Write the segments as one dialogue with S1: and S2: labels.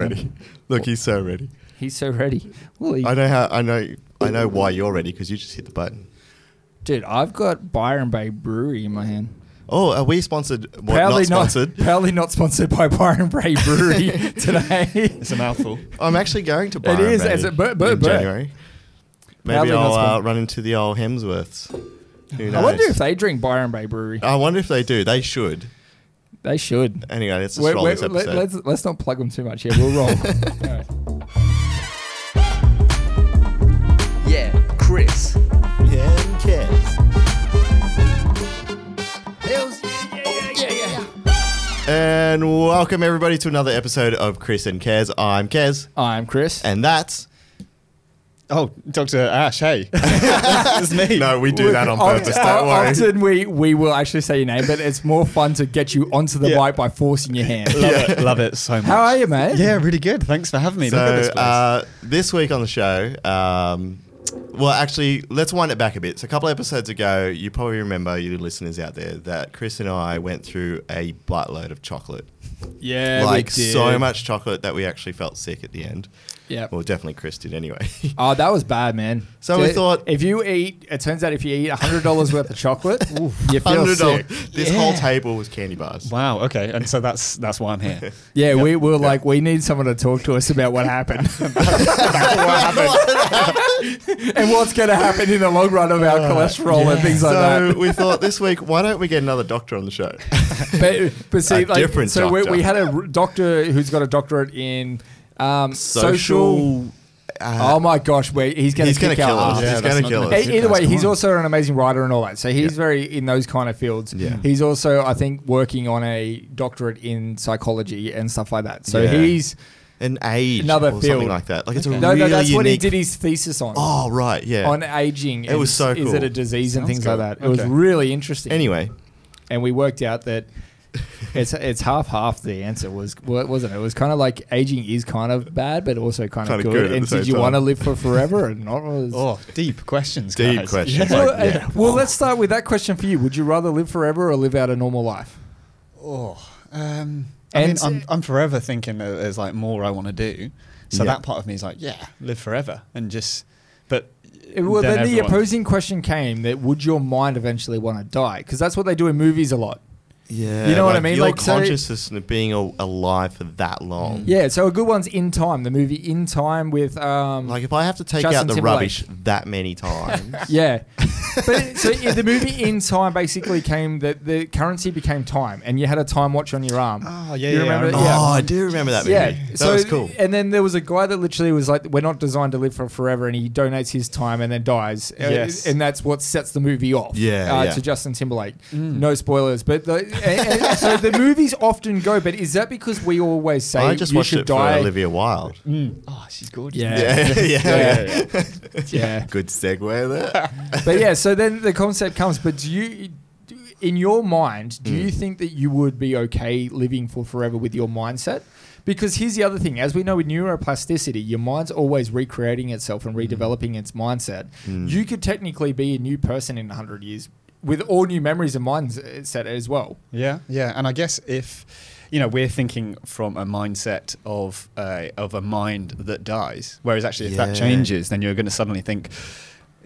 S1: ready. Look, he's so ready.
S2: He's so ready. Well, he-
S1: I know how. I know. I know why you're ready because you just hit the button.
S2: dude, I've got Byron Bay Brewery in my hand.
S1: Oh, are we sponsored? What, not sponsored.
S2: proudly not sponsored by Byron Bay Brewery today.
S3: It's a mouthful.
S1: I'm actually going to Byron
S2: is,
S1: Bay
S2: it's a bur- bur-
S1: in
S2: bur-
S1: January. Maybe
S2: Proudly not
S1: I'll uh,
S2: spon-
S1: run into the old Hemsworths. Who knows?
S2: I wonder if they drink Byron Bay Brewery.
S1: I wonder if they do. They should.
S2: They should.
S1: Anyway, let's just
S2: Wait,
S1: roll
S2: wait,
S1: this
S2: let,
S1: episode.
S2: us let's not plug them too much here. We'll roll. Alright.
S4: Yeah, Chris.
S1: Yeah, yes.
S4: Hills.
S1: And welcome everybody to another episode of Chris and Kez. I'm Kez,
S2: I'm Chris.
S1: and that's
S3: Oh, Dr. Ash, hey. it's me.
S1: no. We do that on
S2: Oft-
S1: purpose.
S2: o-
S1: Don't worry.
S2: Often we, we will actually say your name, but it's more fun to get you onto the
S3: Yeah.
S2: mic by forcing your hand.
S3: Love, it, love it so much.
S2: How are you, mate?
S3: Yeah, really good. Thanks for having me.
S1: So
S3: Look at this place.
S1: uh, this week on the show, um, well, actually, let's wind it back a bit. So a couple episodes ago, you probably remember, you listeners out there, that Chris and I went through a buttload of chocolate,
S2: Yeah, we
S1: like
S2: did.
S1: so much chocolate that we actually felt sick at the end.
S2: Yep.
S1: Well, definitely Chris did anyway.
S2: Oh, that was bad, man.
S1: So we
S2: Dude,
S1: thought-
S2: if you eat, it turns out if you eat hundred dollars worth of chocolate, you feel
S1: Hundred
S2: sick.
S1: This whole table was candy bars.
S3: wow, okay. And so that's that's why I'm here.
S2: Yeah, we were like, we need someone to talk to us about what happened and what's going to happen in the long run of our cholesterol and things like
S1: Uh, so
S2: that.
S1: we thought this week, why don't we get another doctor on the show?
S2: But, but see,
S1: A
S2: like,
S1: different
S2: so we,
S1: doctor.
S2: we had a r- doctor who's got a doctorate in um, social.
S1: uh,
S2: oh my gosh, wait, he's going
S1: he's
S2: to
S1: gonna
S2: kick our
S1: kill us.
S2: ass.
S3: Yeah,
S1: he's
S3: that's
S1: gonna
S3: not
S1: kill
S3: gonna
S1: us.
S3: be-
S2: E- Either way,
S3: That's
S2: he's
S3: fine.
S2: also an amazing writer and all that. So he's
S1: Yeah.
S2: very in those kind of fields.
S1: Yeah.
S2: He's also, I think, working on a doctorate in psychology and stuff like that. So
S1: Yeah.
S2: he's
S1: an age
S2: Another
S1: or
S2: field.
S1: something like that. Like it's a
S2: no,
S1: really
S2: no, that's
S1: unique.
S2: what he did his thesis on.
S1: oh right, yeah.
S2: On aging,
S1: It
S2: and
S1: was so
S2: Is
S1: cool.
S2: it a disease and
S3: Sounds
S2: things
S3: good.
S2: like that? It was
S3: Okay.
S2: really interesting.
S1: anyway,
S2: and we worked out that it's it's half half. The answer was wa- wasn't it? It was kind of like aging is kind of bad, but also kind of
S1: Kinda
S2: good.
S1: good at
S2: and
S1: the
S2: did
S1: same
S2: you want to
S1: time.
S2: live for forever or not? Was-
S3: Oh, deep questions.
S1: Deep
S3: guys.
S1: questions.
S3: Yeah.
S2: Well,
S1: Like, yeah.
S2: uh, well, let's start with that question for you. Would you rather live forever or live out a normal life?
S3: Oh, um, I
S2: And-
S3: mean, I'm, I'm forever thinking that there's like more I want to do. So
S1: Yeah.
S3: that part of me is like, yeah, live forever and just. But
S2: Uh, Well, then, the
S3: everyone-
S2: opposing question came that would your mind eventually want to die? Because that's what they do in movies a lot.
S1: yeah,
S2: You know what I mean?
S1: Your
S2: Like, so-
S1: consciousness of being al- alive for that long.
S2: Yeah, so a good one's In Time, the movie In Time with. Um,
S1: Like if I have to take
S2: Justin
S1: out the
S2: Timberlake.
S1: rubbish that many times,
S2: yeah. but so i- the movie In Time basically came that the currency became time and you had a time watch on your arm.
S3: Oh,
S2: You
S3: yeah, yeah, I
S2: remember?
S3: remember.
S1: oh,
S2: Yeah.
S1: I do remember that movie.
S2: Yeah,
S1: that
S2: so
S1: was cool.
S2: And then there was a guy that literally was like, "We're not designed to live for forever," and he donates his time and then dies. Uh,
S3: Yes.
S2: and that's what sets the movie off.
S1: Yeah,
S2: uh,
S1: yeah.
S2: to Justin Timberlake. No spoilers, but the, and- and so the movies often go. But is that because we always say
S1: I just
S2: you
S1: watched
S2: should
S1: it
S2: die?
S1: for Olivia Wilde.
S3: Mm. Oh, she's gorgeous.
S2: Yeah.
S1: Yeah, yeah,
S2: Yeah.
S1: yeah.
S2: Yeah,
S1: Good segue there.
S2: but yeah. So then the concept comes. But do you? do- In your mind, do
S1: Mm.
S2: you think that you would be okay living for forever with your mindset? Because here's the other thing, as we know with neuroplasticity, your mind's always recreating itself and
S1: Mm.
S2: redeveloping its mindset. You could technically be a new person in 100 years with all new memories and mindset as well.
S3: Yeah, yeah, and I guess if you know we're thinking from a mindset of a of a mind that dies, whereas actually if
S1: Yeah.
S3: that changes, then you're going to suddenly think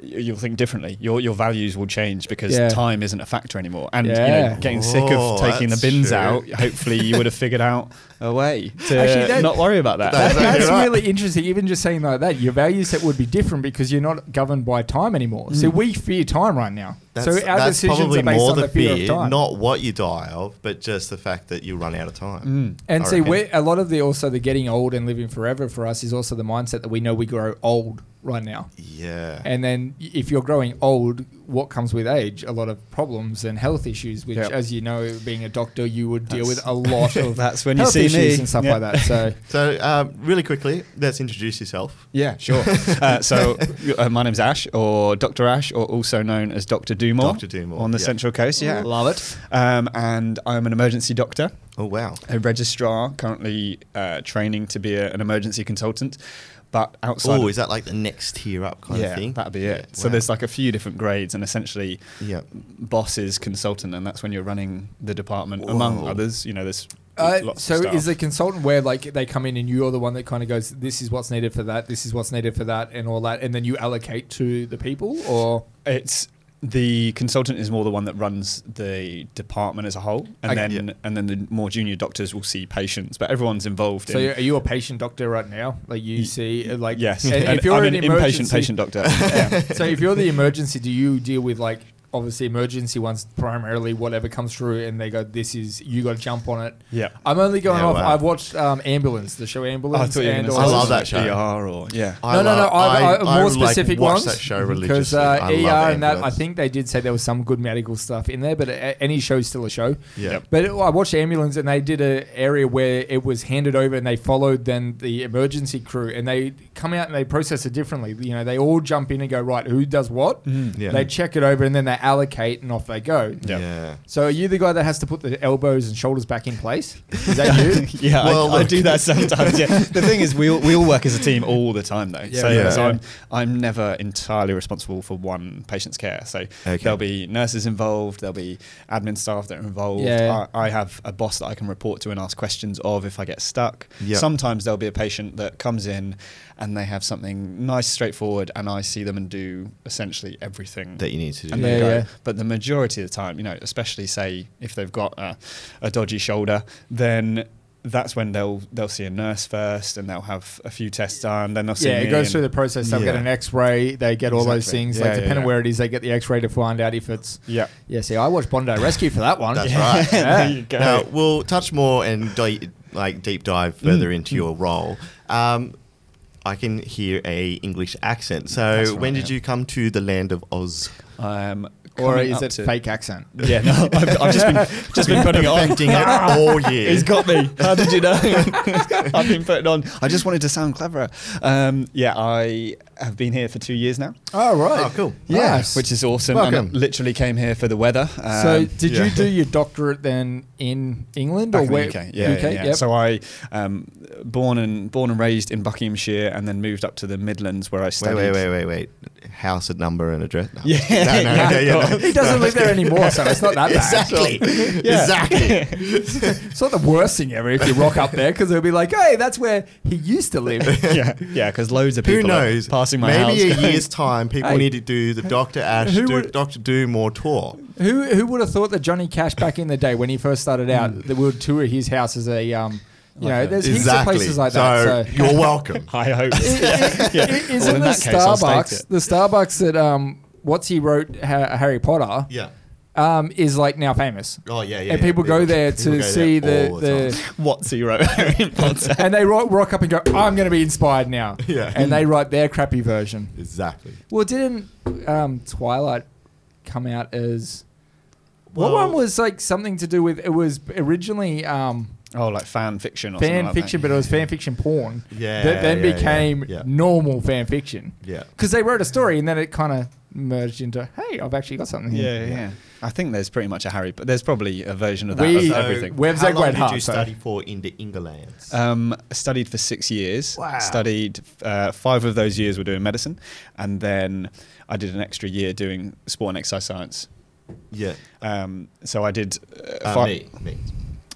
S3: you- you'll think differently. Your your values will change because
S2: Yeah.
S3: time isn't a factor anymore. And you
S2: Yeah.
S3: know, getting sick of
S1: Whoa,
S3: taking the
S1: that's
S3: bins
S1: true.
S3: out, hopefully you would have figured out a way to
S2: Actually, that-
S3: not worry about that.
S1: That's
S2: That- that's
S1: exactly right.
S2: really interesting. Even just saying like that, your value set would be different because you're not governed by time anymore. So we fear time right now.
S1: Mm. That's,
S2: so our
S1: that's
S2: decisions
S1: probably
S2: are based
S1: more
S2: on
S1: the
S2: the fear, of time.
S1: not what you die of, but just the fact that you run out of time.
S2: Mm. and
S1: I
S2: see,
S1: reckon.
S2: we're, a lot of the also the getting old and living forever for us is also the mindset that we know we grow old right now.
S1: Yeah.
S2: And then y- if you're growing old, what comes with age? A lot of problems and health issues, which,
S3: Yep.
S2: as you know, being a doctor, you would deal with a lot of
S3: that's when you
S2: health
S3: see
S2: issues
S3: me.
S2: and stuff
S3: Yeah.
S2: like that. So
S1: so, um, really quickly, let's introduce yourself.
S3: Yeah, sure. uh, so, uh, my name's Ash, or Dr. Ash, or also known as Dr. Dumore.
S1: Dr. Dumore,
S3: On the
S1: yeah.
S3: Central Coast, yeah.
S2: love it.
S3: Um, and I'm an emergency doctor,
S1: Oh wow.
S3: a registrar, currently uh, training to be a, an emergency consultant. But outside,
S1: Oh,
S3: of-
S1: is that like the next tier up kind
S3: yeah,
S1: of thing?
S3: that'd be it.
S1: Yeah,
S3: So
S1: wow.
S3: there's like a few different grades, and essentially,
S1: Yeah.
S3: boss is consultant, and that's when you're running the department
S1: Whoa.
S3: among others. You know, there's
S2: Uh,
S3: lots of
S2: so
S3: stuff.
S2: is the consultant where like they come in and you're the one that kind of goes, this is what's needed for that, this is what's needed for that, and all that, and then you allocate to the people, or
S3: It's the consultant is more the one that runs the department as a whole, and
S2: Okay.
S3: then and then the more junior doctors will see patients, but everyone's involved.
S2: so
S3: in,
S2: are you a patient doctor right now? Like you
S3: Y-
S2: see, uh, like
S3: yes,
S2: and
S3: And
S2: if you're
S3: I'm
S2: an,
S3: an impatient
S2: emergency-
S3: patient doctor.
S2: Yeah. so if you're the emergency, do you deal with like obviously emergency ones primarily, whatever comes through, and they go, this is you got to jump on it.
S3: yeah.
S2: I'm only going
S1: Yeah,
S2: off.
S1: wow.
S2: I've watched um, Ambulance, the show
S3: Oh, I
S2: Ambulance.
S3: thought you were
S2: and E
S3: gonna say
S1: I
S2: also-
S1: love that
S3: like
S1: show.
S3: ER or yeah.
S1: I
S2: no, no, no.
S1: love-
S2: I, I, more
S1: like,
S2: specific
S1: watch
S2: ones.
S1: that show
S2: Because
S1: religiously.
S2: uh,
S1: I
S2: ER
S1: love
S2: and that, I
S1: Ambulance.
S2: think they did say there was some good medical stuff in there, but a- any show's still a show.
S1: Yeah.
S3: Yep.
S2: But I watched ambulance, and they did a area where it was handed over, and they followed then the emergency crew, and they come out and they process it differently. You know, they all jump in and go right, who does what?
S1: Yeah.
S2: They check it over, and then they allocate, and off they go.
S3: Mm-hmm. Yeah.
S1: Yeah.
S2: So are you the guy that has to put the elbows and shoulders back in place? Is that you?
S3: yeah,
S1: Well,
S3: I, I
S1: look.
S3: do that sometimes. Yeah. the thing is, we all, we all work as a team all the time, though.
S2: Yeah,
S3: so,
S1: yeah.
S3: so I'm I'm never entirely responsible for one patient's care. So
S1: Okay.
S3: there'll be nurses involved, there'll be admin staff that are involved.
S2: Yeah.
S3: I, I have a boss that I can report to and ask questions of if I get stuck.
S1: Yeah.
S3: Sometimes there'll be a patient that comes in and they have something nice, straightforward, and I see them and do essentially everything
S1: That you need to do.
S3: and
S2: Yeah,
S3: they go.
S2: yeah.
S3: But the majority of the time, you know, especially say if they've got a, a dodgy shoulder, then that's when they'll they'll see a nurse first, and they'll have a few tests done. Then they'll see
S2: Yeah,
S3: me
S2: it goes
S3: and-
S2: through the process. They'll get
S1: Yeah.
S2: an X-ray. They get all those
S3: Exactly.
S2: things.
S3: Yeah,
S2: like
S3: yeah,
S2: depending
S3: yeah.
S2: where it is, they get the X-ray to find out if it's.
S3: yeah.
S2: Yeah, see, I watched Bondo Rescue for that one.
S1: That's
S2: yeah.
S1: right.
S3: there you go.
S1: Now we'll touch more and di- like deep
S2: Mm.
S1: dive further into your role. Um, I can hear a English accent. So
S3: That's
S1: when
S3: right,
S1: did
S3: yeah.
S1: you come to the land of Oz?
S3: um,
S2: Or
S3: coming
S2: is
S3: up
S2: it
S3: to-
S2: fake accent?
S3: Yeah, no, I've, I've just been just been putting it on.
S1: Perfecting it all year.
S3: He's got me. How did you know? I've been putting on. I just wanted to sound cleverer. Um, yeah, I have been here for two years now.
S2: Oh, right.
S1: Oh, cool.
S3: Yeah,
S2: Nice.
S3: which is awesome.
S1: Welcome.
S3: And I literally came here for the weather.
S2: so,
S3: Um,
S2: did
S1: yeah.
S2: you do your doctorate then in England
S3: back
S2: or
S3: in the
S2: where?
S3: UK. Yeah, yeah, yeah.
S2: yep.
S3: So I um, born and born and raised in Buckinghamshire, and then moved up to the Midlands where I
S1: Wait,
S3: studied.
S1: wait, wait, wait, wait. House and number and address. No.
S3: Yeah.
S1: No, no,
S3: Yeah,
S1: yeah, yeah, no.
S2: he doesn't live there anymore, so it's not that bad.
S1: Exactly.
S3: Yeah.
S1: Exactly.
S2: It's not the worst thing ever if you rock up there because they'll be like, "Hey, that's where he used to live."
S3: yeah, yeah, because loads of
S1: Who
S3: people are
S1: knows?
S3: passing my house.
S1: Maybe
S3: going,
S1: a year's time, people
S2: Hey.
S1: need to do the Doctor Ash,
S2: Who
S1: do,
S2: would-
S1: Doctor Doomore tour.
S2: who who would have thought that Johnny Cash back in the day when he first started out that we would tour his house as a um, you
S3: Mm. Like
S2: know,
S3: a-
S2: there's
S1: exactly.
S2: heaps of places like
S1: so
S2: that. So
S1: you're welcome.
S3: I hope.
S2: I-
S3: yeah.
S2: isn't
S3: in
S2: the
S3: that case, I'll state
S2: Starbucks
S3: it.
S2: the Starbucks that um, what's he wrote Ha- Harry Potter
S1: yeah.
S2: um, is like now famous.
S1: Oh yeah, yeah.
S2: and
S1: yeah.
S2: people go there
S1: People
S2: to
S1: go
S2: see
S1: there all
S2: the, the,
S1: time.
S3: What zero Harry Potter?
S2: and they rock, rock up and go, I'm going to be inspired now.
S1: Yeah.
S2: And they write their crappy version.
S1: exactly.
S2: Well, didn't um, Twilight come out as.
S1: Well-
S2: what one was like something to do with. It was originally um,
S3: Oh, like fan fiction or something
S2: fan
S3: like
S2: fiction,
S3: that.
S2: but it was fan fiction porn.
S1: Yeah,
S2: That then
S1: yeah, yeah,
S2: became
S1: yeah.
S2: normal fan fiction.
S1: Yeah.
S2: Because they wrote a story and then it kind of merged into, hey, I've actually got something here.
S3: Yeah, yeah, yeah. I think there's pretty much a Harry, but there's probably a version of that
S2: We-
S3: of
S2: So-
S3: everything.
S2: Web's
S1: How
S2: like
S1: long
S2: Red
S1: did
S2: Heart,
S1: you
S2: so- Uh,
S1: study for in the England?
S3: Um, I studied for six years.
S2: Wow.
S3: Studied uh, five of those years were doing medicine, and then I did an extra year doing sport and exercise science.
S1: yeah.
S3: Um, so I did uh,
S1: Uh,
S3: fi-
S1: me, me.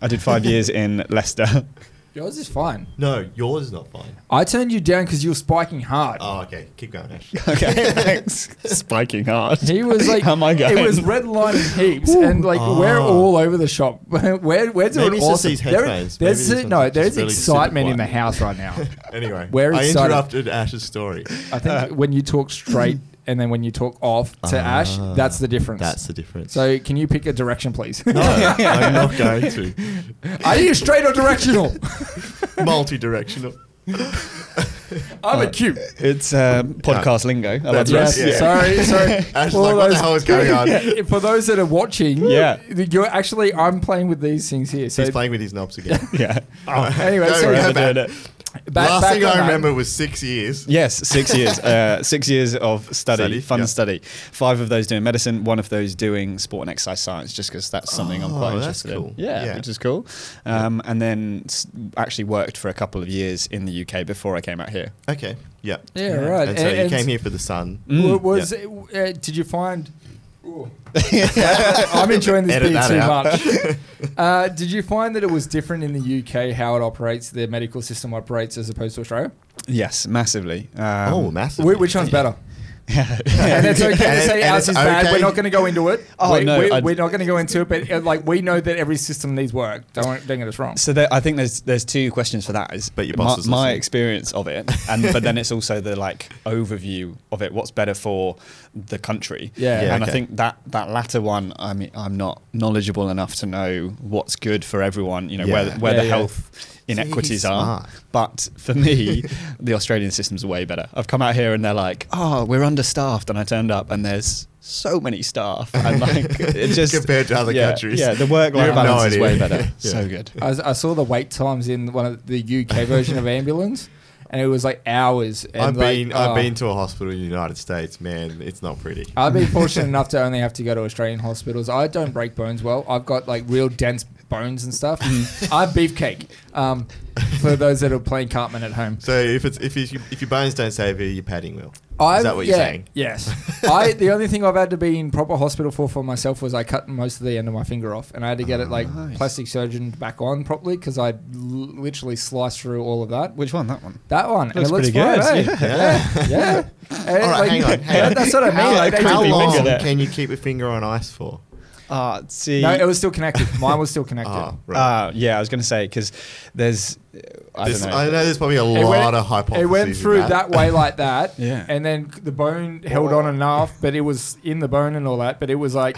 S3: I did five years in Leicester.
S2: Yours is fine.
S1: No, yours is not fine.
S2: I turned you down because you were spiking hard.
S1: Oh, okay. Keep going, Ash.
S3: okay, thanks. Spiking hard.
S2: He was like,
S3: How
S1: Oh
S3: am I going?
S2: It was redlining heaps, and like
S1: Ah.
S2: we're all over the shop. we're we're doing
S1: Maybe it's just
S2: awesome.
S1: these
S2: There-
S1: headphones. Maybe
S2: there's
S1: this one's
S2: no,
S1: just
S2: there's
S1: really super
S2: excitement in the
S1: quiet.
S2: house right now.
S1: anyway,
S2: We're
S1: I
S2: excited.
S1: interrupted Ash's story.
S2: I think when you talk straight and then when you talk off to Ash,
S1: Uh. Ah,
S2: that's the difference.
S1: That's the difference.
S2: so can you pick a direction, please?
S1: no, I'm not going to.
S2: Are you straight or directional?
S1: Multi-directional.
S2: I'm acute.
S3: It's um, podcast lingo. I love
S1: Uh, That's
S3: that.
S1: right.
S2: Yes,
S1: Yeah.
S2: sorry, sorry.
S1: Ash is
S2: All
S1: like, what the
S2: those-
S1: hell is going on?
S2: Yeah, For those that are watching,
S3: Yeah.
S2: you're actually I'm playing with these things here. So
S1: He's playing with his knobs again.
S3: Yeah.
S2: Oh, anyway,
S1: Don't
S2: so
S1: worry Oh,
S2: back,
S1: about
S3: Forever doing
S1: that.
S3: it.
S2: back
S1: Last thing
S2: on
S1: I
S2: that.
S1: remember was six years.
S3: Yes, six years. uh, six years of study,
S1: Study,
S3: fun
S1: yeah.
S3: study. Five of those doing medicine, one of those doing sport and exercise science, just because that's something I'm
S1: Oh,
S3: quite
S1: that's
S3: interested
S1: cool.
S3: in. Yeah,
S1: Yeah.
S3: which is cool. Um, and then s- actually worked for a couple of years in the UK before I came out here.
S1: Okay. Yeah.
S2: Yeah, right.
S1: And so you
S2: And-
S1: came here for the sun.
S3: Mm,
S2: Wa- was
S3: yeah.
S2: it- w- uh, did you find I'm enjoying this
S1: Edit
S2: being
S1: that
S2: too
S1: out.
S2: much. Uh, did you find that it was different in the UK how it operates, their medical system operates as opposed to Australia?
S3: Yes, massively. Um,
S1: oh, massive.
S2: Wh- which one's better?
S3: yeah.
S2: And it's okay
S1: And
S2: to
S1: it-
S2: say
S1: and it's
S2: ours is bad.
S1: okay-
S2: We're not going to go into it.
S3: Oh,
S2: we,
S3: no,
S2: we,
S3: I'd-
S2: we're not going to go into it. But uh, like we know that every system needs work. Don't don't get us wrong.
S3: So there, I think there's there's two questions for that. Is
S1: But your
S3: my,
S1: boss is
S3: my
S1: listening.
S3: experience of it, and but then it's also the like overview of it. What's better for the country?
S2: Yeah.
S1: Yeah,
S3: and I
S1: okay.
S3: think that that latter one, I mean, I'm not knowledgeable enough to know what's good for everyone. You know where
S1: Yeah.
S3: where
S2: Yeah,
S3: the
S2: yeah.
S3: health
S1: he's
S3: inequities are.
S1: smart.
S3: But for me, the Australian system's way better. I've come out here and they're like, oh, we're understaffed, and I turned up and there's so many staff and like it just
S1: Compared to other
S3: yeah,
S1: countries.
S3: yeah the work
S1: You
S3: life
S1: have no
S3: balance is
S1: idea.
S3: way better
S1: Yeah.
S3: so good
S2: I, was- I saw the wait times in one of the UK version of ambulance, and it was like hours. And
S1: I've
S2: like,
S1: been
S2: oh. Uh,
S1: I've been to a hospital in the United States, man. It's not pretty.
S2: I've been fortunate enough to only have to go to Australian hospitals. I don't break bones well. I've got like real dense bones and stuff.
S1: Mm.
S2: I have beefcake. Um, for those that are playing Cartman at home,
S1: So if it's if you, if your bones don't save you, your padding will.
S2: I,
S1: Is that what
S2: yeah,
S1: you're saying?
S2: Yes. I the only thing I've had to be in proper hospital for for myself was I cut most of the end of my finger off, and I had to get it like
S1: Oh,
S3: nice.
S2: plastic surgeon back on properly because I l- literally sliced through all of that.
S3: Which one? That one.
S2: That one and
S3: Looks
S2: it looks
S3: pretty
S2: fine,
S3: good,
S2: eh? Yeah, yeah. And,
S1: All right,
S2: like,
S1: hang on. Hang on.
S2: That's what I mean.
S1: How,
S2: like, they
S1: how
S2: took-
S3: your
S1: long
S3: finger there.
S1: can you keep your finger on ice for?
S3: Uh, see.
S2: No, it was still connected. Mine was still connected.
S1: Ah, right.
S3: uh, yeah, I was going to say because there's. I
S1: This-
S3: don't know.
S1: I know there's probably a
S2: It
S1: lot
S2: went-
S1: of hypotheses.
S2: It went
S1: in
S2: through that. way like that.
S3: Yeah.
S2: And then the bone held on enough, but it was in the bone and all that. But it was like,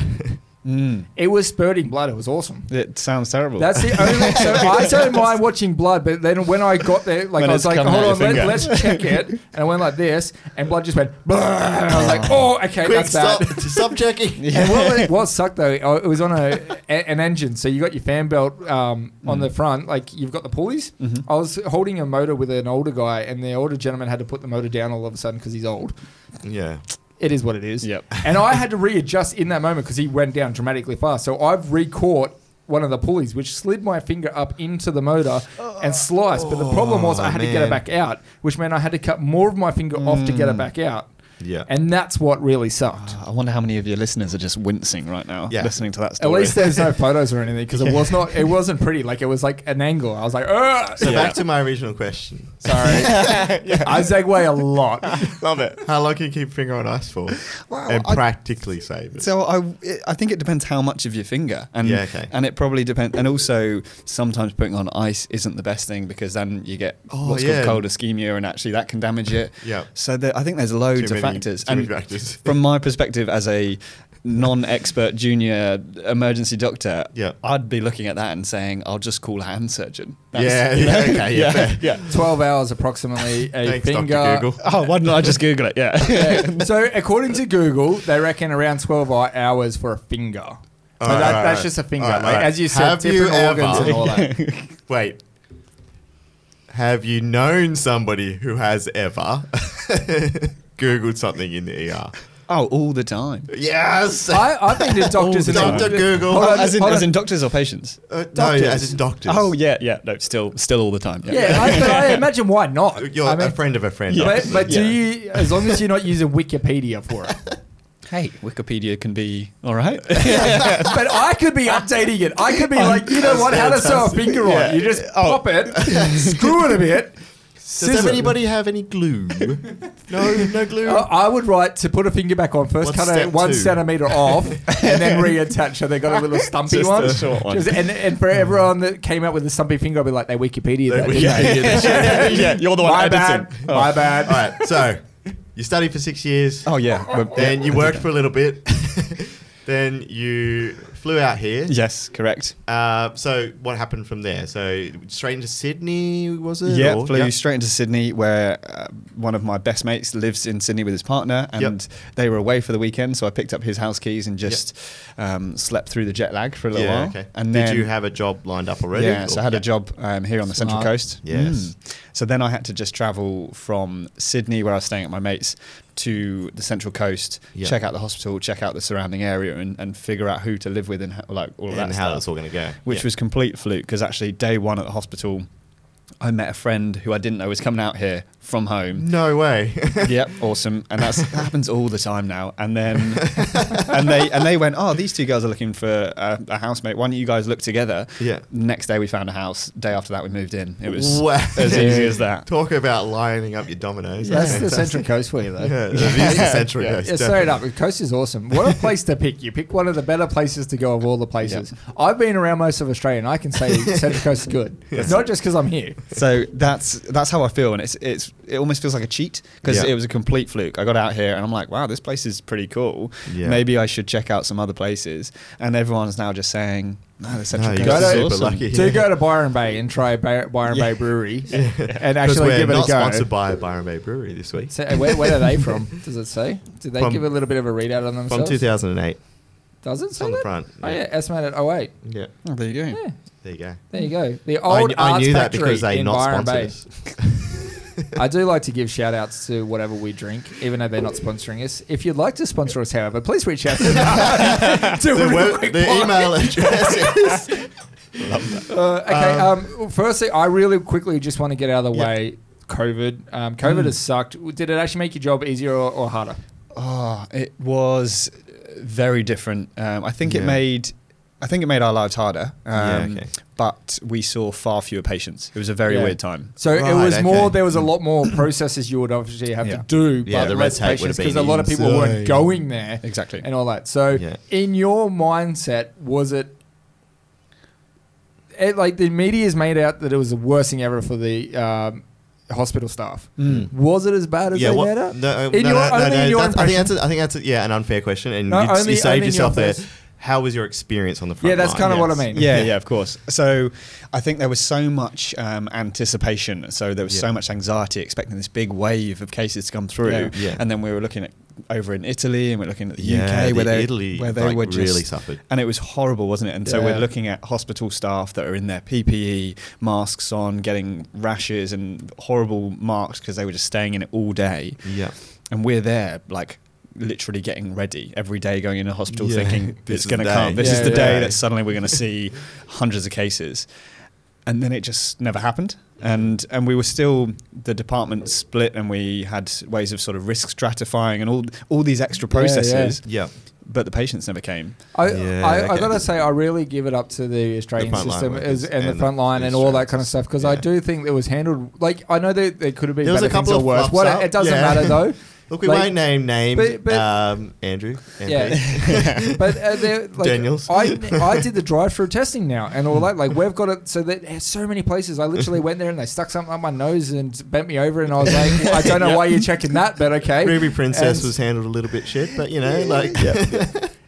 S3: Mm,
S2: it was spurting blood. It was awesome.
S3: it sounds terrible.
S2: That's the only. So I don't mind watching blood, but then when I got there, like
S3: When
S2: I was
S3: it's
S2: like,
S3: coming
S2: hold
S3: out
S2: on,
S3: your
S2: let,
S3: finger.
S2: let's check it, and I went like this, and blood just went. "Brrr," And I was like, oh, okay,
S1: Quick,
S2: that's
S1: stop,
S2: bad.
S1: stop checking.
S2: And what, was- what sucked though, oh, it was on a, a- an engine. So you got your fan belt um,
S1: Mm.
S2: on the front, like you've got the pulleys.
S1: Mm-hmm.
S2: I was holding a motor with an older guy, and the older gentleman had to put the motor down all of a sudden because he's old.
S1: Yeah.
S2: It is what it is.
S3: Yep.
S2: And I had to readjust in that moment because he went down dramatically fast. So I've re-caught one of the pulleys, which slid my finger up into the motor and sliced. but the problem was I had to get it
S1: Oh, man. Mm.
S2: back out, which meant I had to cut more of my finger off to get it back out.
S1: Yeah.
S2: And that's what really sucked.
S3: I wonder how many of your listeners are just wincing right now,
S1: Yeah.
S3: listening to that
S2: At
S3: story.
S2: least there's no photos or anything because it was not. It wasn't pretty. Like it was like an angle. I was like, Ugh!
S1: so
S3: Yeah.
S1: back to my original question.
S2: sorry. I segue a lot.
S1: Love it. How long can you keep your finger on ice for?
S3: Wow,
S1: and
S3: I-
S1: practically save it.
S3: So I, it- I think it depends how much of your finger, and
S1: Yeah, okay.
S3: and it probably depends. And also, sometimes putting on ice isn't the best thing because then you get
S1: Oh,
S3: what's
S1: yeah.
S3: called cold ischemia, and actually that can damage it.
S1: Yeah.
S3: So there, I think there's loads
S1: Too
S3: of
S1: many-
S3: factors.
S1: too many
S3: And
S1: factors.
S3: from my perspective as a non-expert junior emergency doctor,
S1: Yeah.
S3: I'd be looking at that and saying, "I'll just call a hand surgeon."
S1: Yeah, yeah, okay, yeah, fair.
S3: yeah.
S2: Twelve hours approximately. A
S1: Thanks,
S2: finger.
S1: Dr. Google.
S3: Oh, why didn't I just Google it? Yeah.
S2: Yeah. so according to Google, they reckon around 12 hou- hours for a finger. So
S1: Alright,
S2: that, that's
S1: alright.
S2: just a finger.
S1: Alright,
S2: like,
S1: alright.
S2: As you said,
S1: Have you
S2: different organs
S1: ever-
S2: and all that.
S1: Wait. Have you known somebody who has ever Googled something in the ER?
S3: oh, all the time.
S1: Yes!
S2: I, I think the doctors
S1: the
S2: and-
S1: Dr. Oh, Google.
S2: Hold on,
S3: Oh, as in,
S2: hold
S3: as
S2: on.
S3: in doctors or patients?
S1: Uh, no, yeah, as in doctors.
S3: Oh yeah, yeah. No, still, still all the time.
S2: Yeah, I, but I imagine why not.
S1: Uh, You're
S2: I mean,
S1: a friend of a friend.
S3: Yeah.
S2: but
S1: obviously.
S2: but do
S3: Yeah.
S2: you, as long as you're not using Wikipedia for it.
S3: Hey, Wikipedia can be all right.
S2: but I could be updating it. I could be like, you know what, how to sew a finger
S3: Yeah.
S2: on. You just
S3: Oh.
S2: pop it, screw it a bit.
S1: Does
S2: scissor.
S1: anybody have any glue? no, no
S3: Oh.
S1: glue.
S2: Uh, I would write to put a finger back on first,
S1: What's
S2: cut it
S1: step
S2: one
S1: two?
S2: centimeter off, and then reattach. So they got a little stumpy
S3: Just a
S2: one.
S3: short one.
S2: Just- and, and for everyone that came out with a stumpy finger, I'd be like, they Wikipedia that. didn't
S1: yeah,
S2: they?
S1: yeah,
S3: yeah, you're the one
S2: My
S3: editing.
S2: bad. My bad.
S1: All right, so you studied for six years.
S3: Oh yeah. We're-
S1: Then
S3: yeah,
S1: you
S3: I did
S1: worked
S3: that.
S1: for a little bit. then you flew out here.
S3: Yes, correct.
S1: Uh, so what happened from there? So straight into Sydney, was it?
S3: Yeah,
S1: Or-
S3: flew straight into Sydney, where uh, one of my best mates lives in Sydney with his partner, and
S1: Yep.
S3: they were away for the weekend. So I picked up his house keys and just um, slept through the jet lag for a little
S1: Yeah,
S3: while.
S1: okay.
S3: And
S1: Did
S3: then,
S1: you have a job lined up already?
S3: Yeah, so I had
S1: Or-
S3: a job um, here on the Central
S2: Smart.
S3: Coast. Hmm.
S1: Yes.
S3: So then I had to just travel from Sydney, where I was staying at my mate's, to the Central Coast,
S1: Yeah.
S3: check out the hospital, check out the surrounding area, and, and figure out who to live with and ho- like all of
S1: And
S3: that
S1: how
S3: stuff
S1: that's all going to go.
S3: which
S1: Yeah.
S3: was complete fluke because actually day one at the hospital I met a friend who I didn't know was coming out here from home.
S1: No way.
S3: yep, awesome. And that's, that happens all the time now. And then and they and they went, oh, these two girls are looking for a, a housemate. Why don't you guys look together?
S1: Yeah.
S3: Next day we found a house. Day after that we moved in. It was
S1: Wow.
S3: as easy as that.
S1: Talk about lining up your dominoes.
S2: That's the
S1: fantastic.
S2: Central Coast for you, though.
S1: Yeah, that is the Central
S3: Yeah.
S1: Coast.
S2: Yeah, straight up. The coast is awesome. What a place to pick. You pick one of the better places to go of all the places. I've been around most of Australia and I can say Central Coast is good. It's Not just because I'm here.
S3: So that's that's how I feel, and it's it's it almost feels like a cheat because
S1: Yeah.
S3: it was a complete fluke. I got out here and I'm like, wow, this place is pretty cool.
S1: Yeah.
S3: Maybe I should check out some other places. And everyone's now just saying, no, the Central
S1: you
S3: Coast
S2: guys
S3: is
S2: are super
S3: awesome.
S1: lucky.
S2: Do
S1: Yeah.
S2: go to Byron Bay and try Bar- Byron
S3: Yeah.
S2: Bay Brewery and
S1: Because
S2: actually
S1: we're
S2: give it
S1: not
S2: a go.
S1: sponsored by Byron Bay Brewery this week.
S2: So, uh, where, where are they from? Does it say? Did they
S1: From-
S2: give a little bit of a readout on
S1: From
S2: themselves?
S1: 2008.
S2: Does it
S1: It's
S2: say
S1: on the
S2: that?
S1: front.
S2: Oh yeah, estimated 08.
S1: Yeah.
S3: Oh, there you go.
S2: Yeah,
S1: There you go.
S2: there you go. The
S1: I,
S2: old
S1: kn- I
S2: arts
S1: knew that
S2: factory
S1: because they
S2: in
S1: not
S2: Byron
S1: sponsored
S2: Bay.
S1: us.
S2: I do like to give shout outs to whatever we drink, even though they're not sponsoring us. If you'd like to sponsor us, however, please reach out to, to
S1: The, web,
S2: Quick
S1: the
S2: Pod.
S1: email address is
S2: Uh, okay. Um, firstly, I really quickly just want to get out of the way. COVID. Um,
S1: Hmm.
S2: COVID has sucked. Did it actually make your job easier or, or harder?
S3: Oh, it was very different. Um, I think
S1: Yeah.
S3: it made, I think it made our lives harder. Um,
S1: Yeah, okay.
S3: But we saw far fewer patients. It was a very
S2: Yeah.
S3: weird time.
S2: So it
S1: Right,
S2: was more.
S1: okay.
S2: There was a lot more processes you would obviously have
S3: Yeah.
S2: to do,
S1: Yeah,
S2: but
S1: the red
S2: less
S1: tape would have
S2: patients because a
S1: been
S2: lot of people
S1: insane.
S2: weren't going there
S3: Exactly.
S2: and all that. So
S1: Yeah.
S2: in your mindset, was it? It, like the media's made out that it was the worst thing ever for the um, hospital staff.
S3: Mm.
S2: Was it as bad as
S1: yeah.
S2: they
S1: What?
S2: made
S1: No,
S2: out?
S1: no, uh,
S2: In
S1: no,
S2: your-
S1: no,
S2: only in
S1: no,
S2: your
S1: that's- I think
S2: impression.
S1: that's a, I think that's a, yeah an unfair question, and
S2: No,
S1: you, you
S2: only- only
S1: saved
S2: in
S1: yourself
S2: your
S1: there.
S2: first-
S1: How was your experience on the front?
S2: Yeah, that's
S1: line?
S2: kind of what I
S3: Yes.
S2: mean.
S3: Yeah, yeah, of course. So I think there was so much um, anticipation. So there was
S1: Yeah.
S3: so much anxiety expecting this big wave of cases to come through.
S2: Yeah.
S1: Yeah.
S3: And then we were looking at over in Italy and we're looking at the
S1: Yeah,
S3: UK where
S1: the
S3: they,
S1: Italy
S3: where they
S1: like,
S3: were just,
S1: really suffered.
S3: And it was horrible, wasn't it? And so
S2: Yeah.
S3: we're looking at hospital staff that are in their PPE, masks on, getting rashes and horrible marks because they were just staying in it all day
S1: Yeah.
S3: and we're there like literally getting ready every day going into hospital
S1: Yeah.
S3: thinking
S1: This
S3: it's
S1: is
S3: going to
S1: the
S3: come
S1: day.
S3: this is
S2: Yeah,
S3: the
S2: yeah.
S3: day that suddenly we're going to see hundreds of cases and then it just never happened and and we were still the department split and we had ways of sort of risk stratifying and all all these extra
S2: Yeah, yeah.
S3: processes
S1: Yeah.
S3: but the patients never came
S2: I,
S1: Yeah,
S2: I, I
S1: okay.
S2: gotta say, I really give it up to the Australian
S1: frontline
S2: system
S1: workers
S2: as, and, the
S1: and
S2: front
S1: the-
S2: line
S1: the
S2: and all that kind of
S1: insurance.
S2: stuff because I
S1: Yeah.
S2: do think it was handled like I know that there could have been
S1: There was
S2: better
S1: a couple
S2: things
S1: of
S2: or worse.
S1: fluffs
S2: What
S1: up.
S2: it doesn't
S1: Yeah.
S2: matter though.
S1: Look, we
S2: Like-
S1: won't name names.
S2: But- but-
S1: um, Andrew. MP.
S2: Yeah, but uh, they're, like,
S1: Daniels.
S2: I I did the drive-through testing now and all that. Like we've got it so that there's so many places. I literally went there and they stuck something up my nose and bent me over and I was like, I don't know why you're checking that, but okay.
S1: Ruby Princess
S2: And-
S1: was handled a little bit shit, but you know, like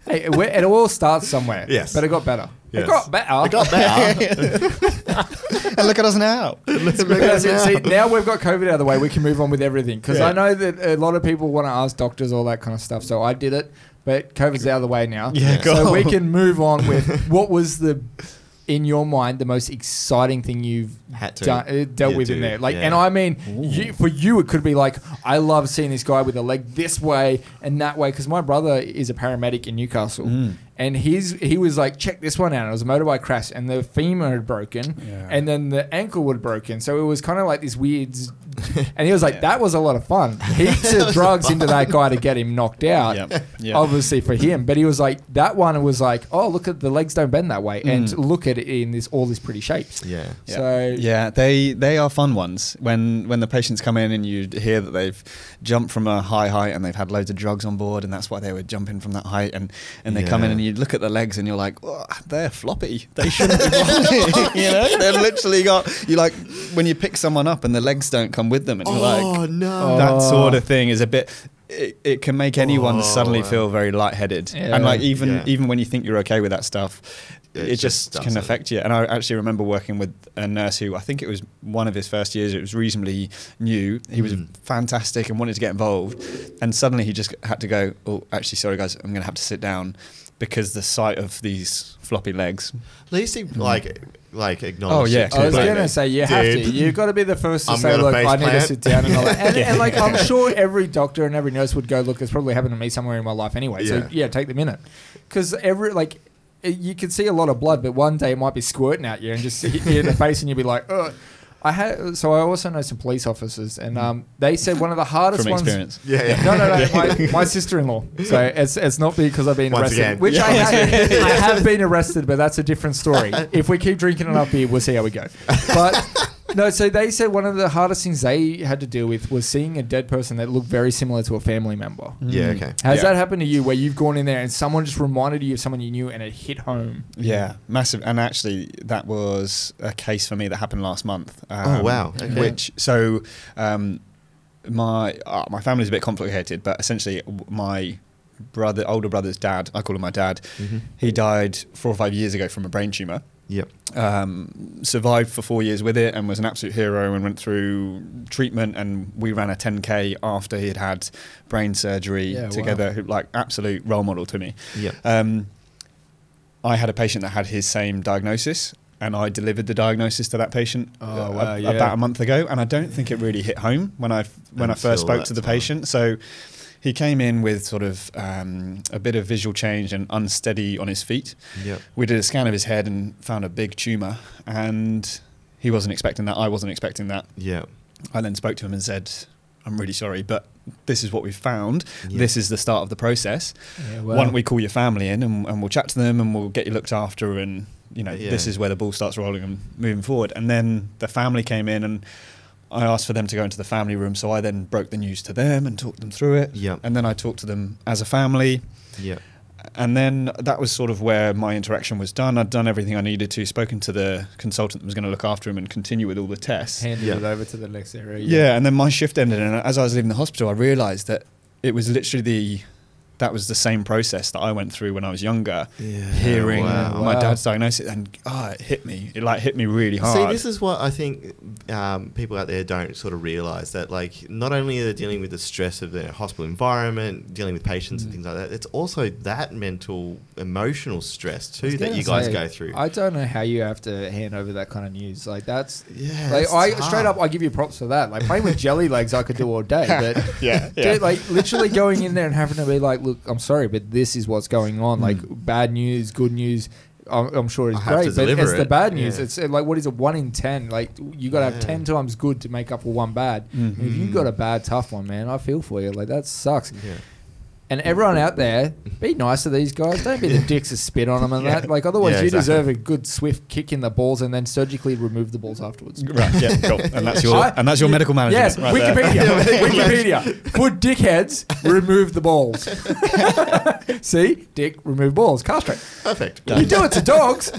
S2: Hey, it, it all starts somewhere.
S1: Yes.
S2: but it got better. It
S1: Yes.
S2: got better.
S1: I got that.
S3: and look at us now
S2: Because it- see, now we've got COVID out of the way, we can move on with everything. Because
S1: Yeah.
S2: I know that a lot of people want to ask doctors all that kind of stuff. So I did it, but COVID's out of the way now.
S3: Yeah,
S2: so
S3: cool.
S2: we can move on with what was the, in your mind, the most exciting thing you've
S1: Had to.
S2: done, uh, dealt
S1: You
S2: with in
S1: do,
S2: there. Like,
S1: yeah.
S2: and I mean, you, for you, it could be like, I love seeing this guy with a leg this way and that way. Because my brother is a paramedic in Newcastle.
S3: Mm.
S2: And his, he was like, check this one out. It was a motorbike crash, and the femur had broken,
S3: Yeah.
S2: and then the ankle would broken. So it was kind of like this weird. z- And he was like, "That was a lot of fun." Heaps of drugs into that guy to get him knocked out.
S3: Yep, yeah.
S2: Obviously for him, but he was like, "That one was like, oh look at the legs don't bend that
S3: Mm.
S2: way, and look at it in this all these pretty shapes."
S1: yeah.
S3: Yeah.
S2: So-
S3: yeah, they they are fun ones. When when the patients come in and you hear that they've jumped from a high height and they've had loads of drugs on board and that's why they were jumping from that height and and they come in
S1: Yeah.
S3: and you look at the legs and you're like, oh, they're floppy. They shouldn't be floppy. you know, they've literally got you like when you pick someone up and the legs don't come with them and you're
S1: Oh
S3: like,
S1: no.
S2: uh,
S3: that sort of thing is a bit. It, it can make anyone
S1: Oh,
S3: suddenly
S1: wow.
S3: feel very lightheaded,
S2: Yeah.
S3: and like even
S1: Yeah.
S3: even when you think you're okay with that stuff,
S1: It
S3: it,
S1: just
S3: just,
S1: does
S3: can
S1: it.
S3: affect you. And I actually remember working with a nurse who I think it was one of his first years. It was reasonably new. He
S1: Hmm.
S3: was fantastic and wanted to get involved, and suddenly he just had to go. Oh, actually, sorry guys, I'm going to have to sit down because the sight of these floppy legs.
S1: At least he like like acknowledged.
S3: Oh, yeah,
S1: it
S2: Mm-hmm. I was
S1: completely.
S2: gonna say you have to.
S1: Dude.
S2: You've got to be the first to
S1: I'm
S2: say,
S1: gonna
S2: "Look,
S1: face
S2: I need to
S1: plant."
S2: sit down." And, all that. and,
S3: Yeah.
S2: and like I'm sure every doctor and every nurse would go, "Look, it's probably happened to me somewhere in my life anyway."
S1: Yeah.
S2: So yeah, take the minute because every like it- you can see a lot of blood, but one day it might be squirting at you and just hit you in the face, and you'll be like, "Ugh." I had so I also know some police officers, and
S1: Mm.
S2: um, they said one of the hardest
S3: from
S2: ones.
S3: experience.
S1: Yeah, yeah.
S2: No, no, no. My, my sister-in-law. So it's, it's not because I've been
S1: Once
S2: arrested,
S1: again.
S2: which I,
S3: Yeah.
S2: have, I have been arrested, but that's a different story. If we keep drinking enough beer, we'll see how we go. But no, so they said one of the hardest things they had to deal with was seeing a dead person that looked very similar to a family member.
S1: Yeah, okay.
S2: Has
S3: Yeah.
S2: that happened to you, where you've gone in there and someone just reminded you of someone you knew, and it hit home?
S3: Yeah, massive. And actually, that was a case for me that happened last month. um,
S1: Oh, wow, okay.
S3: Which so, um, my uh, my family's a bit complicated, but essentially, w- my brother, older brother's dad, I call him my dad.
S1: Mhm.
S3: He died four or five years ago from a brain tumor.
S1: Yep.
S3: um, survived for four years with it and was an absolute hero and went through treatment and we ran a 10k after he had had brain surgery
S2: Yeah, wow.
S3: together who like absolute role model to me
S1: Yep.
S3: um, i had a patient that had his same diagnosis and i delivered the diagnosis to that patient
S2: Oh,
S3: a-
S2: wow, yeah.
S3: about a month ago and i don't think it really hit home when i when i first
S1: Until
S3: spoke
S1: that
S3: to the
S1: time.
S3: patient so he came in with sort of um, a bit of visual change and unsteady on his feet
S1: Yep.
S3: we did a scan of his head and found a big tumor and he wasn't expecting that i wasn't expecting that
S1: Yep.
S3: i then spoke to him and said i'm really sorry but this is what we've found
S1: Yeah.
S3: this is the start of the process
S2: Yeah,
S3: why don't we call your family in and, and we'll chat to them and we'll get you looked after and you know
S1: Yeah.
S3: this is where the ball starts rolling and moving forward and then the family came in and I asked for them to go into the family room, so I then broke the news to them and talked them through it.
S1: Yep.
S3: And then I talked to them as a family,
S1: Yep.
S3: and then that was sort of where my interaction was done. I'd done everything I needed to, spoken to the consultant that was going to look after him and continue with all the tests.
S2: handed
S1: Yeah.
S2: it over to the next area?
S3: Yeah, and then my shift ended, and as I was leaving the hospital, I realised that it was literally the that was the same process that I went through when I was younger.
S1: Yeah.
S3: Hearing
S1: Wow.
S3: my
S2: Wow.
S3: dad's diagnosis, and ah, it hit me. It like hit me really hard.
S1: See, this is what I think um, people out there don't sort of realize that, like, not only are they dealing with the stress of the hospital environment, dealing with patients and
S2: Mm.
S1: things like that, it's also that mental, emotional stress too
S2: was
S1: that
S2: gonna
S1: you guys
S2: say,
S1: go through.
S2: I don't know how you have to hand over that kind of news. Like that's
S1: yeah,
S2: like
S1: it's
S2: I
S1: tough.
S2: straight up I give you props for that. Like playing with jelly legs I could do all day, but
S3: yeah, yeah.
S2: dude, like literally going in there and having to be like, look, I'm sorry, but this is what's going on. Like bad news, good news. I'm, I'm sure it's
S1: I Hmm. have to
S2: great, but
S1: deliver
S2: it's the
S1: it.
S2: bad news.
S1: Yeah.
S2: It's uh, like what is it? One in ten. Like you got to
S1: Yeah. Mm-hmm.
S2: have ten times good to make up for one bad.
S3: Mhm.
S2: If you got a bad tough one, man, I feel for you. Like that sucks.
S1: Yeah.
S2: And everyone out there, be nice to these guys. Don't be the dicks that spit on them and that. Like, otherwise,
S1: Yeah,
S2: you
S1: exactly.
S2: deserve a good swift kick in the balls and then surgically remove the balls afterwards.
S3: right, yeah, cool. and that's your
S2: I-
S3: and that's your medical manager.
S2: Yes,
S3: right there.
S2: Wikipedia. Wikipedia. For dickheads, remove the balls. See? Dick, remove balls. Castrate.
S1: Perfect.
S3: Done.
S2: You do it to dogs.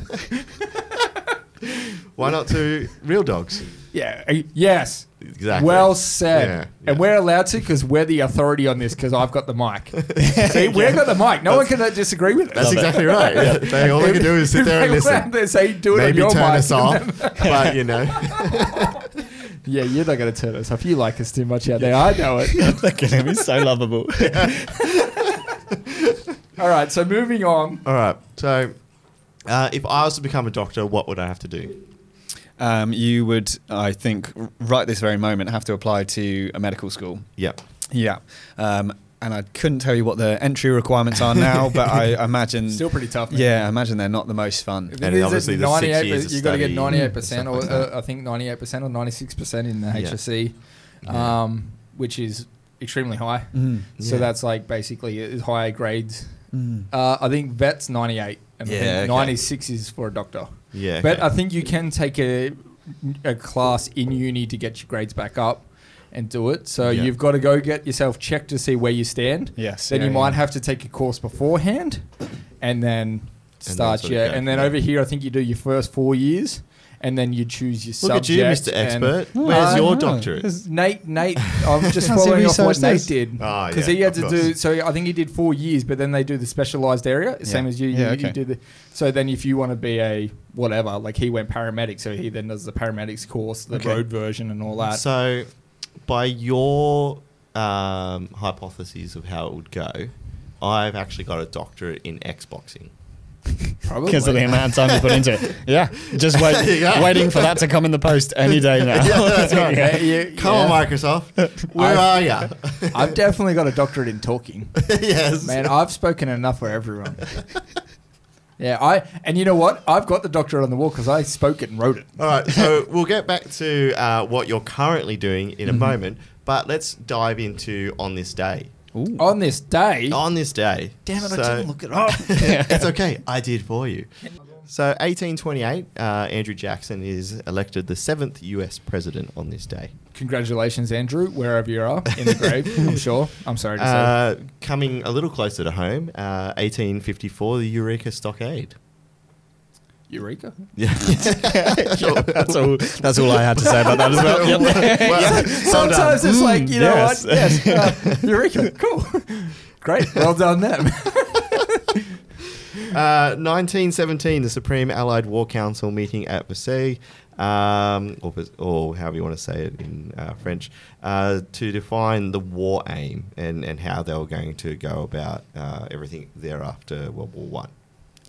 S1: Why not to real dogs?
S2: Yeah. uh, Yes.
S1: Exactly.
S2: Well said.
S1: Yeah,
S2: And
S1: yeah.
S2: we're allowed to because we're the authority on this because I've got the mic. See, we've got the mic. No one can uh, disagree with us.
S1: That's
S3: Love it.
S1: exactly right. Yeah. They, all they can do is sit there and
S2: They
S1: listen.
S2: They say, do it on
S1: Maybe
S2: your
S1: turn
S2: mic.
S1: us off, but you know.
S2: Yeah, you're not going to turn us off. You like us too much out there. I know it.
S3: Look at him, he's so lovable.
S2: All right, so moving on.
S1: All right. So, uh, if I was to become a doctor, what would I have to do?
S3: um, you would, I think, r- right this very moment, have to apply to a medical school.
S1: Yep.
S3: Yeah. Um, and I couldn't tell you what the entry requirements are now, but I imagine.
S2: Still pretty tough. Man.
S3: yeah, I imagine they're not the most fun.
S2: If
S1: And
S2: it is
S1: obviously
S2: at
S1: the six
S2: 98
S1: years of
S2: you got to get
S1: study,
S2: 98%
S1: stuff
S2: or
S1: like that.
S2: uh, I think 98% or 96% in the HSC,
S1: Yeah. Mm-hmm.
S2: um, which is extremely high.
S3: Mm.
S2: So
S1: Yeah.
S2: that's like basically uh, higher grades.
S3: Mm.
S2: Uh, I think vet's 98 and I
S3: Yeah,
S2: think
S3: okay.
S2: 96 is for a doctor.
S1: Yeah.
S2: But
S1: okay.
S2: I think you can take a, a class in uni to get your grades back up and do it. So
S1: Yeah.
S2: you've got to go get yourself checked to see where you stand.
S3: Yes.
S2: Then
S3: yeah,
S2: you
S3: yeah.
S2: might have to take a course beforehand and then start
S1: sort of
S2: your.
S1: go
S2: and then
S1: from
S2: over here, I think you do your first four years and then you choose your
S1: Look at
S2: subject.
S1: you, Mr.
S2: and- Hmm.
S1: Expert.
S3: Oh,
S1: Where's
S2: I
S1: your
S3: know.
S1: doctorate?
S3: There's-
S2: Nate, Nate, I'm just
S3: That's the
S2: following off what
S3: research
S2: Nate
S3: does.
S2: did
S1: Ah,
S2: because
S1: yeah,
S2: he had
S1: of
S2: to
S1: course.
S2: do. So I think he did four years, but then they do the specialized area, same as you.
S3: Yeah,
S2: you,
S3: okay.
S2: you do the. So then, if you want to be a whatever, like he went paramedic, so he then does the paramedics course, the
S3: Okay.
S2: road version, and all that.
S1: So, by your um, hypotheses of how it would go, I've actually got a doctorate in Xboxing.
S2: Probably
S3: Because of the amount of time you put into it. Yeah. Just wait,
S1: Yeah.
S3: waiting for that to come in the post any day now.
S1: Yeah, that's right.
S2: Yeah, you-
S1: Come
S2: yeah.
S1: on, Microsoft. Where
S2: I-
S1: are ya?
S2: I've definitely got a doctorate in talking.
S1: yes.
S2: Man, I've spoken enough for everyone. Yeah, I and you know what? I've got the doctorate on the wall because I spoke it and wrote it.
S1: All right, so we'll get back to uh, what you're currently doing
S3: Mm-hmm.
S1: in a moment, but let's dive into on this day.
S3: Ooh.
S2: On this day,
S1: On this day. Damn
S3: it, I didn't look
S1: it up. it's okay, I did for you. So, 1828, uh, Andrew Jackson is elected the seventh US president on this day.
S2: congratulations, Andrew, wherever you are in the grave. I'm sure. I'm sorry to say.
S1: Uh, coming a little closer to home, uh, 1854, the Eureka Stockade.
S2: Eureka.
S1: Yeah.
S3: Yeah, that's all. That's all I had to say about that as well.
S1: Well,
S2: Sometimes it's like you know
S3: yes.
S2: what? Yes. Uh, Eureka. Cool. Great. Well done, them.
S1: Uh, 1917, the Supreme Allied War Council meeting at Versailles, um, or, Vers- or however you want to say it in uh, French, uh, to define the war aim and, and how they were going to go about uh, everything thereafter World War One.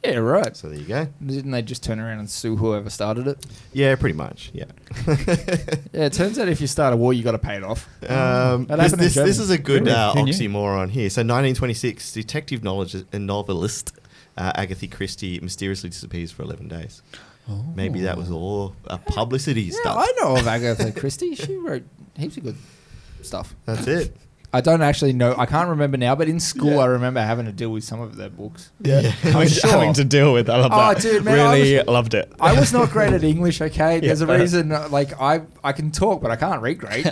S2: yeah. Right.
S1: So there you go.
S2: Didn't they just turn around and sue whoever started it?
S1: Yeah, pretty much. Yeah.
S2: Yeah, it turns out if you start a war, you got to pay it off.
S1: Um, this,
S2: That happened in
S1: this, this
S2: Germany.
S1: is a good
S3: Really?
S1: uh,
S3: Who knew?
S1: oxymoron here. So, 1926, detective knowledge and novelist uh, Agatha Christie mysteriously disappears for 11 days.
S3: Oh.
S1: Maybe that was all a publicity stuff.
S2: know of Agatha Christie. She wrote heaps of good stuff.
S1: That's it.
S2: I don't actually know. I can't remember now, but in school,
S3: Yeah.
S2: I remember having to deal with some of their books.
S1: Yeah.
S3: Having,
S2: sure.
S3: having to deal with. I love
S2: Oh,
S3: that.
S2: dude, man, I
S3: really loved it.
S2: I was not great at English. Okay, there's
S3: Yeah.
S2: a reason. uh, Like I, I can talk, but I can't read great.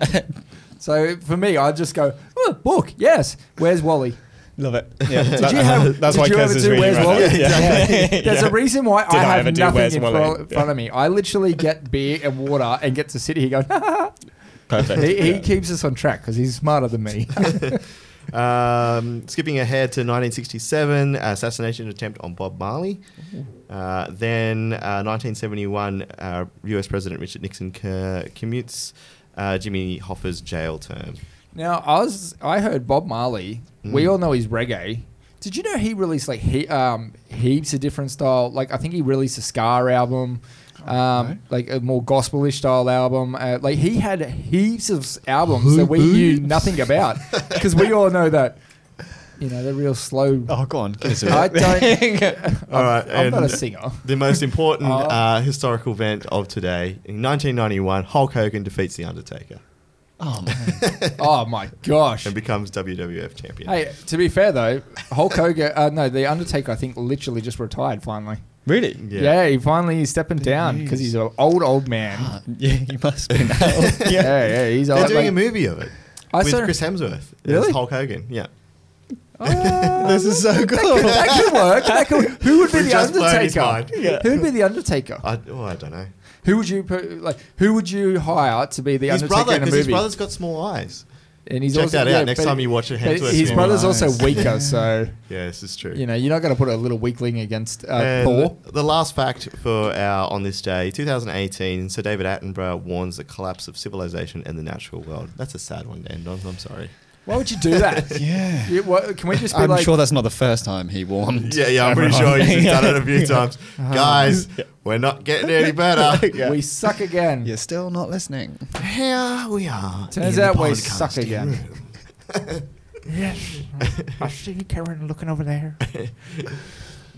S2: so for me, I just go oh, book. Yes, where's Wally?
S3: Love it. Yeah. Did
S2: you have-
S3: that's
S2: did
S3: why
S2: you
S3: Kez
S2: ever
S3: is
S2: do
S3: reading
S2: Where's
S3: right
S2: Wally?
S3: now. Yeah.
S2: There's a
S3: Yeah.
S2: reason why
S3: Did
S2: I
S3: I
S2: have
S3: ever do
S2: nothing
S3: Where's
S2: in
S3: Wally?
S2: fro- front of me. I literally get beer and water and get to sit here going.
S3: Perfect.
S2: he, he
S3: Yeah.
S2: keeps us on track because he's smarter than me.
S1: Um, skipping ahead to 1967, assassination attempt on Bob Marley. Uh, then uh, 1971, uh, US President Richard Nixon co- commutes uh, Jimmy Hoffa's jail term.
S2: Now, I was I heard Bob Marley. We
S1: Mm.
S2: all know he's reggae. Did you know he released like he, um, heaps of different style? Like I think he released a Scar album,
S1: Oh,
S2: um, like a more gospelish style album. Uh, like he had heaps of s- albums that we knew nothing about because we all know that you know they're real slow.
S3: Oh, go on. Kez.
S2: I don't.
S1: All right,
S2: I'm not a
S1: and-
S2: singer.
S1: The most important
S2: Oh.
S1: uh, historical event of today, in 1991, Hulk Hogan defeats The Undertaker
S3: Oh man.
S2: Oh my gosh.
S1: and becomes WWF champion.
S2: Hey, to be fair though, Hulk Hogan, uh, no, The Undertaker, I think literally just retired finally.
S3: Really?
S1: Yeah.
S2: Yeah, he finally is stepping down because he's an old old man.
S3: Ah, Yeah, you must be now.
S2: yeah. yeah, he's
S1: They're
S2: old.
S1: doing a
S2: like-
S1: movie of it
S2: I
S1: with
S2: saw-
S1: Chris Hemsworth.
S2: Really?
S1: It's Hulk Hogan, yeah.
S2: Oh,
S3: this is so cool.
S2: that could work. That could, who would be
S1: We've
S2: the
S1: just blown his
S2: Undertaker?
S1: mind.
S3: Yeah.
S2: Who would be the Undertaker?
S1: I, oh, I don't know.
S2: Who would you put, like? Who would you hire to be the
S1: his
S2: Undertaker
S1: brother,
S2: in a
S1: because
S2: movie?
S1: his brother's got small eyes.
S2: and he's
S1: Check
S2: also,
S1: that out
S2: yeah,
S1: next
S2: but-
S1: time you watch a
S2: but
S1: Hemsworth
S2: His
S1: movie.
S2: brother's
S3: Nice.
S2: also weaker, so
S1: Yeah, this is true.
S2: you know you're not going to put a little weakling against uh,
S1: And
S2: Thor.
S1: The last fact for our on this day, 2018, Sir David Attenborough warns the collapse of civilization and the natural world. That's a sad one to end on. I'm sorry.
S2: Why would you do that?
S3: Yeah.
S2: You- what- can we just be
S3: I'm
S2: like?
S3: sure that's not the first time he warned.
S1: Yeah, yeah, I'm pretty sure
S3: everyone.
S1: you've done it a few times, guys. We're not getting any better.
S3: yeah.
S2: We suck again.
S3: You're still not listening.
S1: Here we are.
S2: Turns
S1: in the
S2: out we
S1: podcasting
S2: suck again.
S1: room.
S2: Yes, I see Karen looking over there,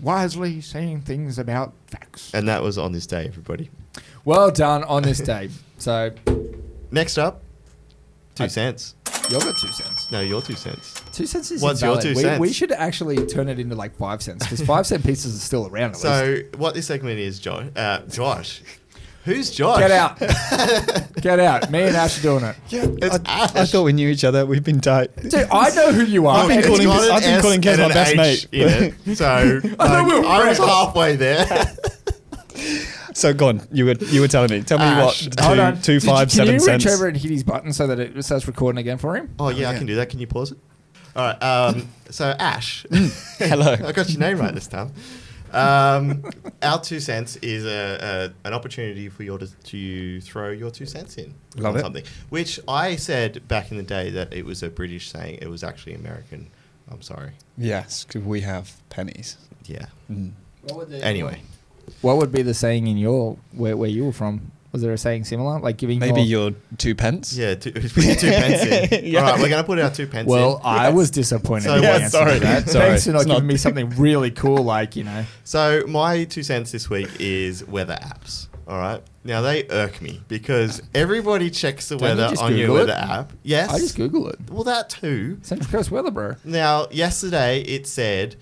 S2: wisely saying things about facts.
S1: And that was on this day, everybody.
S2: Well done on this day. So
S1: Next up, two
S2: I-
S1: cents.
S2: you all got two cents.
S1: No, your two cents.
S2: Two cents is
S1: What's your
S2: invalid.
S1: two
S2: we,
S1: cents?
S2: we should actually turn it into like five cents because five cent pieces are still around. At least.
S1: So what this segment is, Josh. Uh, Josh, who's Josh?
S2: get out, get out. Me and Ash are doing it.
S3: Yeah,
S1: It's
S3: I, I
S1: Ash.
S3: thought we knew each other. We've been tight.
S2: Dude, I know who you are.
S3: I've been
S1: Oh, It's
S3: Oh, calling-
S1: got an S and
S3: I've been calling Kez my
S1: an
S3: best
S1: H
S3: mate.
S1: in it. So like,
S2: we were
S1: I was
S2: friends.
S1: halfway
S3: Oh,
S1: there.
S3: So go on. You were you were telling me. Tell me
S1: Ash.
S3: what
S2: Hold on.
S3: two, two
S2: Did you-
S3: five
S2: can
S3: seven
S2: you
S3: cents.
S2: reach over and hit his button so that it starts recording again for him?
S1: Oh yeah, I can do that. Can you pause it? All right. Um, so Ash,
S3: Mm, Hello.
S1: I got your name right this time. Um, our two cents is a, a, an opportunity for you to, to throw your two cents in
S3: Love
S1: on
S3: it.
S1: something, which I said back in the day that it was a British saying. It was actually American. I'm sorry.
S3: Yes, because we have pennies.
S1: Yeah.
S3: Mm.
S1: Anyway,
S2: What would be the saying in your where, where you were from? Was there a saying similar? Like giving
S3: Maybe
S2: your-
S3: your two pence.
S1: Yeah, two, we need two pence in.
S3: Yeah.
S1: All right, we're going to put our two pence
S2: Well,
S1: in.
S2: I was disappointed.
S1: So
S2: in the
S1: what-
S2: answer to
S3: sorry.
S2: that.
S3: Sorry.
S2: Thanks for not
S3: It's not-
S2: giving me something really cool, like you know.
S1: So my two cents this week is weather apps. All right. Now they irk me because everybody checks the
S2: Don't you
S1: weather
S2: just
S1: on your
S2: Google it?
S1: weather app. Yes.
S2: I just Google it.
S1: well, that too.
S2: Central Coast weather, bro.
S1: Now yesterday it said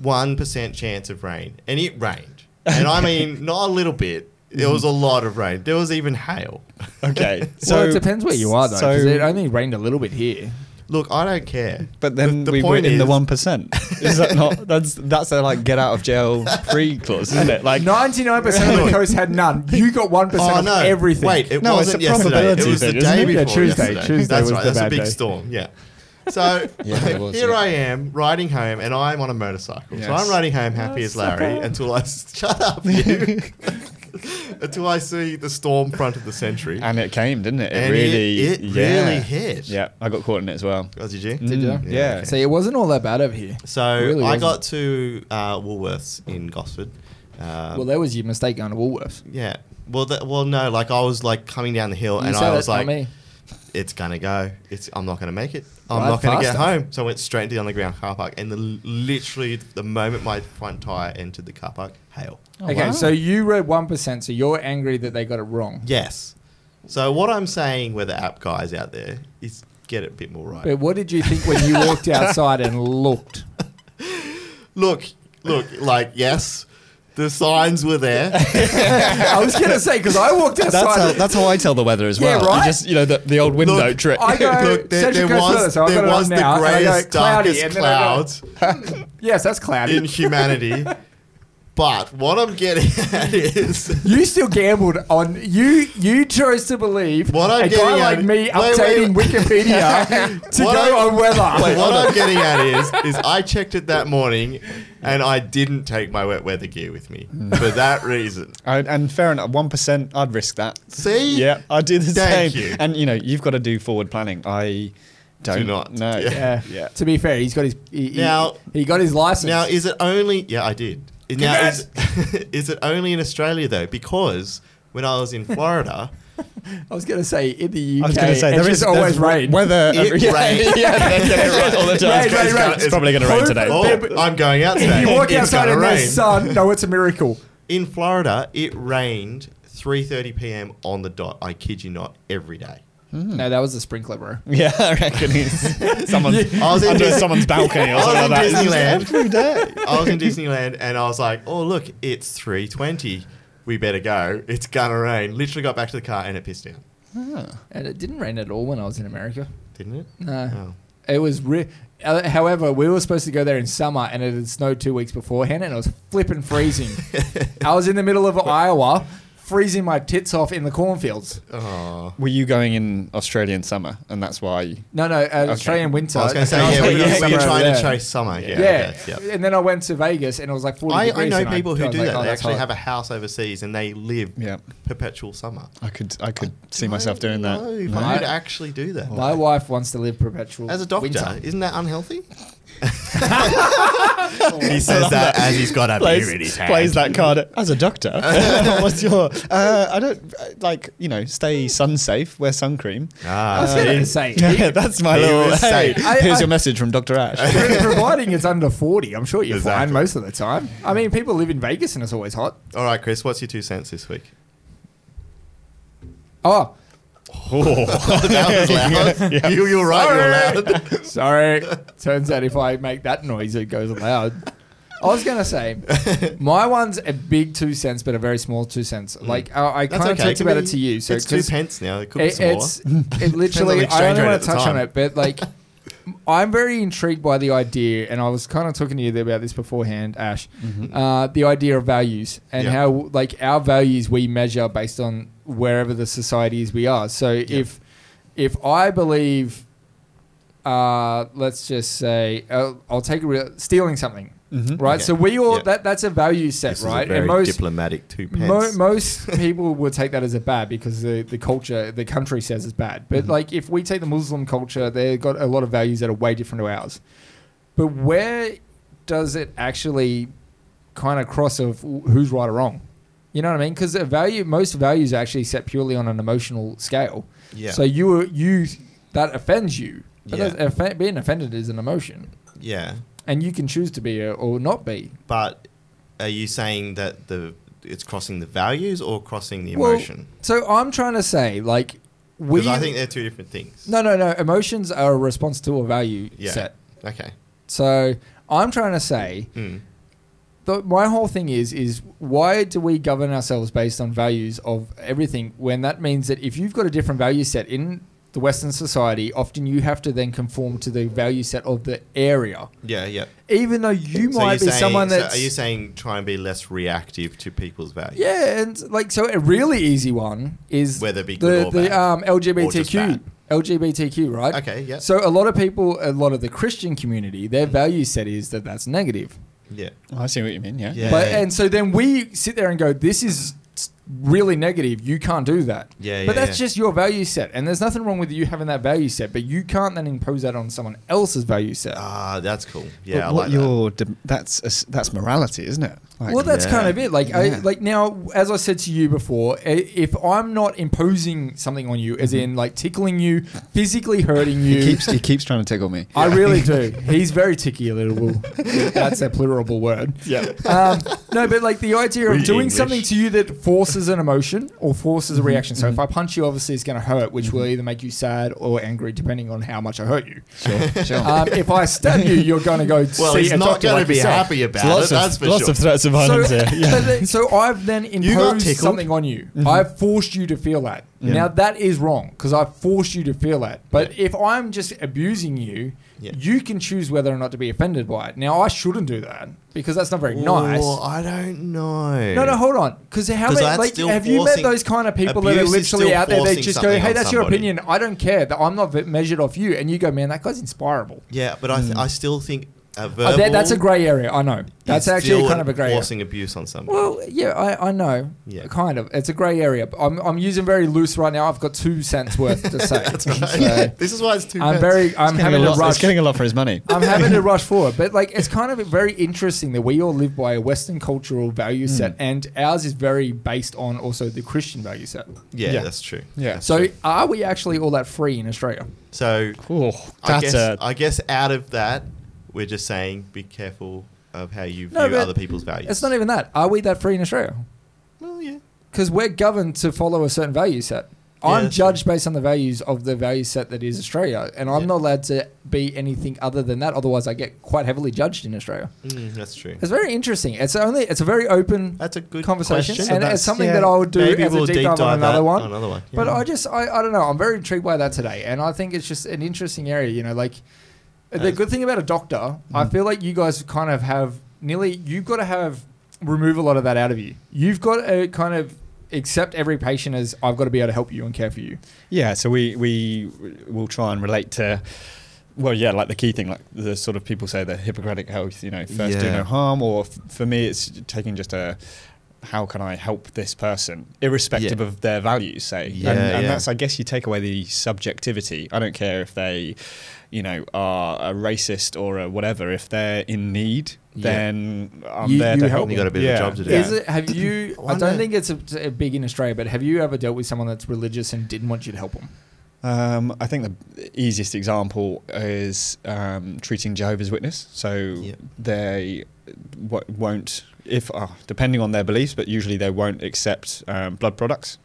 S1: one percent chance of rain, and it rained, and I mean not a little bit. It was a
S2: Mm-hmm.
S1: lot of rain. There was even hail.
S3: Okay. So
S2: well, it depends where you are though, because
S3: so-
S2: it only rained a little bit here.
S1: Look, I don't care.
S3: But then we were in the one percent. Is that not? That's that's a like get out of jail free clause, isn't it? Like
S2: Ninety-nine percent of the coast had none. You got one percent
S1: Oh
S2: of
S1: no!
S2: everything.
S1: Wait, it
S3: No, it's
S1: wasn't
S3: a
S1: yesterday. It
S3: probability
S1: was the
S3: thing, isn't
S1: day
S3: it?
S1: before
S2: Yeah, Tuesday.
S1: yesterday.
S2: Tuesday
S1: That's
S2: was
S1: right.
S2: the
S1: that's a
S2: bad
S1: big
S2: day.
S1: storm. Yeah. So
S3: Yeah, it was,
S1: here
S3: yeah.
S1: I am riding home, and I'm on a motorcycle. So
S3: Yes.
S1: I'm riding home happy as Larry until I shut up you. until I see the storm front of the century,
S3: and it came, didn't it? It
S1: And it-
S3: really,
S1: it
S3: yeah.
S1: really hit.
S3: Yeah, I got caught in it as well.
S1: Oh, did you?
S2: Did ya?
S3: Mm,
S1: Yeah,
S3: Yeah.
S1: okay.
S2: See, it wasn't all that bad over here.
S1: So
S2: It really
S1: I
S2: wasn't.
S1: got to uh, Woolworths in Gosford. Um,
S2: Well, that was your mistake going to Woolworths.
S1: yeah. Well, that, well, no. Like I was like coming down the hill,
S2: You
S1: and
S2: said
S1: I
S2: it,
S1: was
S2: not
S1: like,
S2: me.
S1: it's gonna go. It's I'm not gonna make it. I'm
S2: Ride
S1: not gonna get
S2: faster.
S1: home. So I went straight into the underground car park, and the, literally the moment my front tire entered the car park, hail.
S2: okay, so you read one percent, so you're angry that they got it wrong.
S1: Yes. So what I'm saying, weather app guys out there, is get it a bit more right.
S2: But what did you think when you walked outside and looked?
S1: look, look, like yes, the signs were there.
S2: I was gonna say because I walked outside.
S3: That's how, that's how I tell the weather as
S2: Yeah,
S3: well.
S2: right?
S3: You just you know the, the old window
S1: Look,
S3: trick.
S2: I go
S1: look, there,
S2: Central
S1: there
S2: Coast
S1: was
S2: weather, so I've
S1: there
S2: got it
S1: was
S2: on
S1: the
S2: now, and I go
S1: greyest,
S2: cloudy,
S1: darkest
S2: and then I go-
S1: clouds
S2: yes, that's cloudy.
S1: in humanity. But what I'm getting at is.
S2: You still gambled on you. You chose to believe
S1: What I'm
S2: a guy
S1: getting at-
S2: like me
S1: wait,
S2: updating
S1: wait.
S2: Wikipedia to
S1: What
S2: go
S1: I'm-
S2: on weather.
S1: Wait, what I'm getting at is, is I checked it that morning, and I didn't take my wet weather gear with me
S2: Mm.
S1: for that reason.
S3: I, and fair enough, one percent, I'd risk that.
S1: See?
S3: Yeah, I do the
S1: Thank
S3: same.
S1: you.
S3: And you know, you've got to do forward planning. I don't
S1: Do not.
S3: know.
S1: Yeah.
S2: Yeah. To be fair, he's got his he, he-
S1: Now-
S2: he got his license.
S1: Now, is it only? Yeah, I did. Now, is, is it only in Australia though? Because when I was in Florida,
S2: I was gonna say in the UK,
S3: I was going to say
S2: it's
S3: there is
S2: just always
S3: there's
S2: rain.
S3: Weather,
S1: It
S3: yeah,
S1: rained.
S3: yeah, they get it right all the time.
S2: Rain, rain, rain.
S3: It's probably going to rain
S2: Hope-
S3: today.
S1: oh, I'm going out today.
S2: Uh, If you walk
S1: It's
S2: outside
S1: gonna
S2: in the
S1: rain.
S2: sun, no, it's a miracle.
S1: In Florida, it rained 3:30 p.m. on the dot. I kid you not, every day.
S3: Mm.
S2: No, that was a sprinkler, bro.
S3: Yeah, I reckon it's someone's,
S1: I was in
S3: under
S1: Dis-
S3: someone's balcony
S1: I
S3: or
S1: was
S3: something
S1: in
S3: like that. It's just
S1: Disneyland.
S3: Every day.
S1: I was in Disneyland and I was like, "Oh look, it's 3:20. We better go. It's gonna rain." Literally got back to the car and it pissed down,
S3: Ah.
S2: And it didn't rain at all when I was in America.
S1: didn't it?
S2: No, it was. Re- uh, however, we were supposed to go there in summer, and it had snowed two weeks beforehand, and it was flipping freezing.
S1: Oh.
S2: I was in the middle of Iowa, freezing my tits off in the cornfields.
S1: Oh. oh.
S3: Were you going in Australian summer, and that's why?
S2: No, no, uh, Australian winter.
S1: I was going to say,
S2: And I was
S1: yeah,
S2: having
S1: we're,
S2: a
S1: yeah,
S2: summer
S1: we're trying
S2: over
S1: to
S2: there.
S1: chase summer. Yeah.
S2: Yeah,
S1: okay, yeah.
S2: and then I went to Vegas, and it was like forty
S1: I, I
S2: degrees.
S1: know
S2: and
S1: people
S2: I
S1: who
S2: was
S1: do
S2: like,
S1: that.
S2: oh,
S1: they
S2: that's
S1: actually
S2: hot.
S1: have a house overseas and they live
S3: Yeah,
S1: perpetual summer.
S3: I could, I could see myself doing that.
S1: No, if
S3: No.
S1: I could actually do that.
S2: My wife wants to live perpetual
S1: As a doctor,
S2: winter.
S1: isn't that unhealthy? he says that as he's got a
S3: plays, plays that card as a doctor. What's your? Uh, I don't uh, like you know. Stay sun safe. Wear sun cream.
S2: I was
S1: Ah, see?
S2: gonna say,
S3: Yeah, that's my
S1: He
S3: little.
S1: was
S3: Hey,
S1: safe.
S2: I-
S3: here's
S2: I-
S3: your message from Doctor Ash.
S2: providing it's under forty, I'm sure you're fine
S1: Exactly.
S2: most of the time. I mean, people live in Vegas and it's always hot.
S1: All right, Chris, what's your two cents this week?
S2: Oh,
S1: that was loud. you, you're right, you're loud.
S2: Sorry. Turns out if I make that noise, it goes loud. I was gonna say, my one's a big two cents, but a very small two cents. Like I, I
S1: Mm. That's
S2: kind of
S1: okay.
S2: talked
S1: It
S2: about
S1: could
S2: it
S1: be-
S2: to you, so
S1: it's two
S2: 'cause
S1: pence now. It could be
S2: it,
S1: some more.
S2: it's it
S1: on the
S2: literally. I
S1: exchange
S2: only
S1: rate
S2: want
S1: at
S2: to
S1: the
S2: touch on
S1: time.
S2: it, but like, I'm very intrigued by the idea, and I was kind of talking to you about this beforehand, Ash. Uh, the idea of values and
S1: Mm-hmm. Yeah.
S2: how like our values we measure based on wherever the society is we are. So if if I believe, uh, let's just say, uh, I'll take a real, stealing something,
S3: Mm-hmm.
S2: right?
S1: Okay.
S2: So we all
S1: Yeah.
S2: that that's a value set,
S1: This
S2: right?
S1: is a very
S2: and most
S1: diplomatic two pence.
S2: Mo- most people would take that as a bad because the, the culture, the country says it's bad. But
S1: Mm-hmm.
S2: like, if we take the Muslim culture, they've got a lot of values that are way different to ours. But where does it actually kind of cross of who's right or wrong? You know what I mean? Because value, most values are actually set purely on an emotional scale.
S1: Yeah.
S2: So you were you that offends you. But
S1: Yeah.
S2: that's- offe- being offended is an emotion,
S1: yeah.
S2: and you can choose to be uh, or not be.
S1: But are you saying that the it's crossing the values or crossing the
S2: Well,
S1: emotion?
S2: So I'm trying to say, like, we.
S1: Because I think they're two different things.
S2: no, no, no. Emotions are a response to a value
S1: Yeah.
S2: set.
S1: Okay.
S2: So I'm trying to say
S1: Mm.
S2: the, my whole thing is is why do we govern ourselves based on values of everything when that means that if you've got a different value set in the Western society, often you have to then conform to the value set of the area,
S1: Yeah. Yeah.
S2: even though you
S1: So
S2: might
S1: you're
S2: be
S1: saying,
S2: someone
S1: so
S2: that's
S1: are you saying try and be less reactive to people's values?
S2: yeah, and like so a really easy one is
S1: Whether it be good
S2: the uh,
S1: or bad,
S2: the um, LGBTQ
S1: bad.
S2: LGBTQ right.
S1: Okay. Yeah.
S2: So a lot of people, a lot of the Christian community, their
S1: Mm.
S2: value set is that that's negative.
S1: yeah.
S3: Oh, I see what you mean. Yeah.
S1: Yeah.
S2: But and so then we sit there and go, this is really negative. You can't do that.
S1: Yeah,
S2: But
S1: yeah,
S2: that's
S1: yeah.
S2: just your value set, and there's nothing wrong with you having that value set. But you can't then impose that on someone else's value set.
S1: Ah, that's cool. Yeah,
S3: But
S1: I
S3: what
S1: like that.
S3: you're dem- that's a s that's morality, isn't it? Like,
S2: well, that's
S1: Yeah.
S2: kind of it. Like, I,
S3: Yeah.
S2: like now, as I said to you before, i- if I'm not imposing something on you,
S1: Mm-hmm.
S2: as in like tickling you, physically hurting you,
S3: he keeps he keeps trying to tickle me.
S2: I really do. He's very ticky little. Will. That's a plurable word. Yeah. Um, no, but like the idea of
S1: We
S2: doing
S1: English. Mm-hmm,
S2: something to you that forces an emotion or forces a reaction. So if I punch you, obviously it's going to hurt, which will either make you sad or angry, depending on how much I hurt you.
S3: Sure, sure.
S2: Um, if I stab you, you're going to go.
S1: Well,
S2: see
S1: he's
S2: a
S1: not
S2: doctor
S1: going
S2: like
S1: to be
S2: yourself.
S1: happy
S3: There's
S1: about it.
S3: lots of
S1: that's for
S3: lots
S1: sure.
S3: of threats of
S2: So,
S3: violence here.
S2: but then- so I've then
S1: got
S2: imposed
S1: tickled? Mm-hmm.
S2: something on you. I've forced you to feel that. Now that is wrong because I've forced you to feel that. But if I'm just abusing you,
S1: Yeah.
S2: you can choose whether or not to be offended by it. Now I shouldn't do that because that's not very nice.
S1: Oh, I don't know.
S2: No, no, hold on. Because how
S1: 'Cause
S2: many,
S1: that's
S2: like,
S1: still
S2: have you met
S1: forcing-
S2: those kind of people that are
S1: abuse is
S2: literally
S1: still
S2: out there? They
S1: forcing
S2: just go,
S1: something
S2: "Hey,
S1: on
S2: that's your
S1: somebody."
S2: opinion. I don't care. That I'm not v- measured off you." And you go, "Man, that guy's inspirable."
S1: Yeah, but
S3: Hmm.
S1: I, th- I still think a verbal.
S2: Oh, that, that's a grey area. I know. That's
S1: is
S2: actually
S1: still
S2: kind of a grey area.
S1: forcing abuse on somebody.
S2: Well, yeah, I, I know.
S1: Yeah.
S2: Kind of. It's a grey area. But I'm, I'm using very loose right now. I've got two cents worth to say. So
S1: this is why it's too.
S2: I'm very, I'm
S3: It's getting
S2: having
S3: a
S2: to
S3: lot- It's
S2: rush.
S3: getting a lot for his money.
S2: I'm having to rush forward. But like, it's kind of very interesting that we all live by a Western cultural value set
S1: Mm.
S2: and ours is very based on also the Christian value set.
S1: Yeah,
S3: Yeah.
S1: that's true.
S3: Yeah.
S1: That's
S2: So
S1: true.
S2: are we actually all that free in Australia?
S1: so
S3: Oh,
S1: I
S3: that's
S1: guess
S3: a-
S1: I guess out of that, we're just saying be careful of how you
S2: No,
S1: view
S2: but
S1: other people's values.
S2: It's not even that. Are we that free in Australia?
S1: Well, yeah.
S2: Because we're governed to follow a certain value set.
S1: Yeah,
S2: I'm
S1: that's
S2: judged based on the values of the value set that is Australia, and I'm
S1: Yeah.
S2: not allowed to be anything other than that. Otherwise, I get quite heavily judged in Australia.
S1: Mm, that's true.
S2: It's very interesting. It's only it's a very open
S1: That's a good
S2: conversation,
S1: question.
S2: and
S3: that's-
S2: it's something
S3: yeah,
S2: that I would do
S1: Maybe
S2: as
S1: we'll
S2: a deep dive, on
S1: that
S2: another one.
S1: on another one.
S2: But
S1: yeah.
S2: I just I, I don't know. I'm very intrigued by that today, and I think it's just an interesting area. You know, like the
S1: That's-
S2: good thing about a doctor, I
S1: Mm.
S2: feel like you guys kind of have nearly you've got to have remove a lot of that out of you. You've got to kind of accept every patient as I've got to be able to help you and care for you.
S3: Yeah, so we we will try and relate to. Well, yeah, like the key thing, like the sort of people say the Hippocratic oath, you know, first do
S1: Yeah.
S3: no harm. Or f- for me, it's taking just a how can I help this person, irrespective
S1: Yeah.
S3: of their values, say.
S1: Yeah,
S3: and and
S1: yeah.
S3: that's, I guess, you take away the subjectivity. I don't care if they, you know, are a racist or a whatever. If they're in need,
S1: Yeah.
S3: then I'm
S2: You-
S3: there
S2: you
S3: to
S2: help
S3: help.
S2: them. You
S1: got a bit of a
S3: Yeah,
S1: job to do.
S3: yeah.
S2: Is it? Have you? I don't
S1: Wonder-
S2: think it's a, a big in Australia, but have you ever dealt with someone that's religious and didn't want you to help them?
S3: Um, I think the easiest example is um, treating Jehovah's Witness. So
S1: Yep.
S3: they w- won't, if uh, depending on their beliefs, but usually they won't accept um, blood products.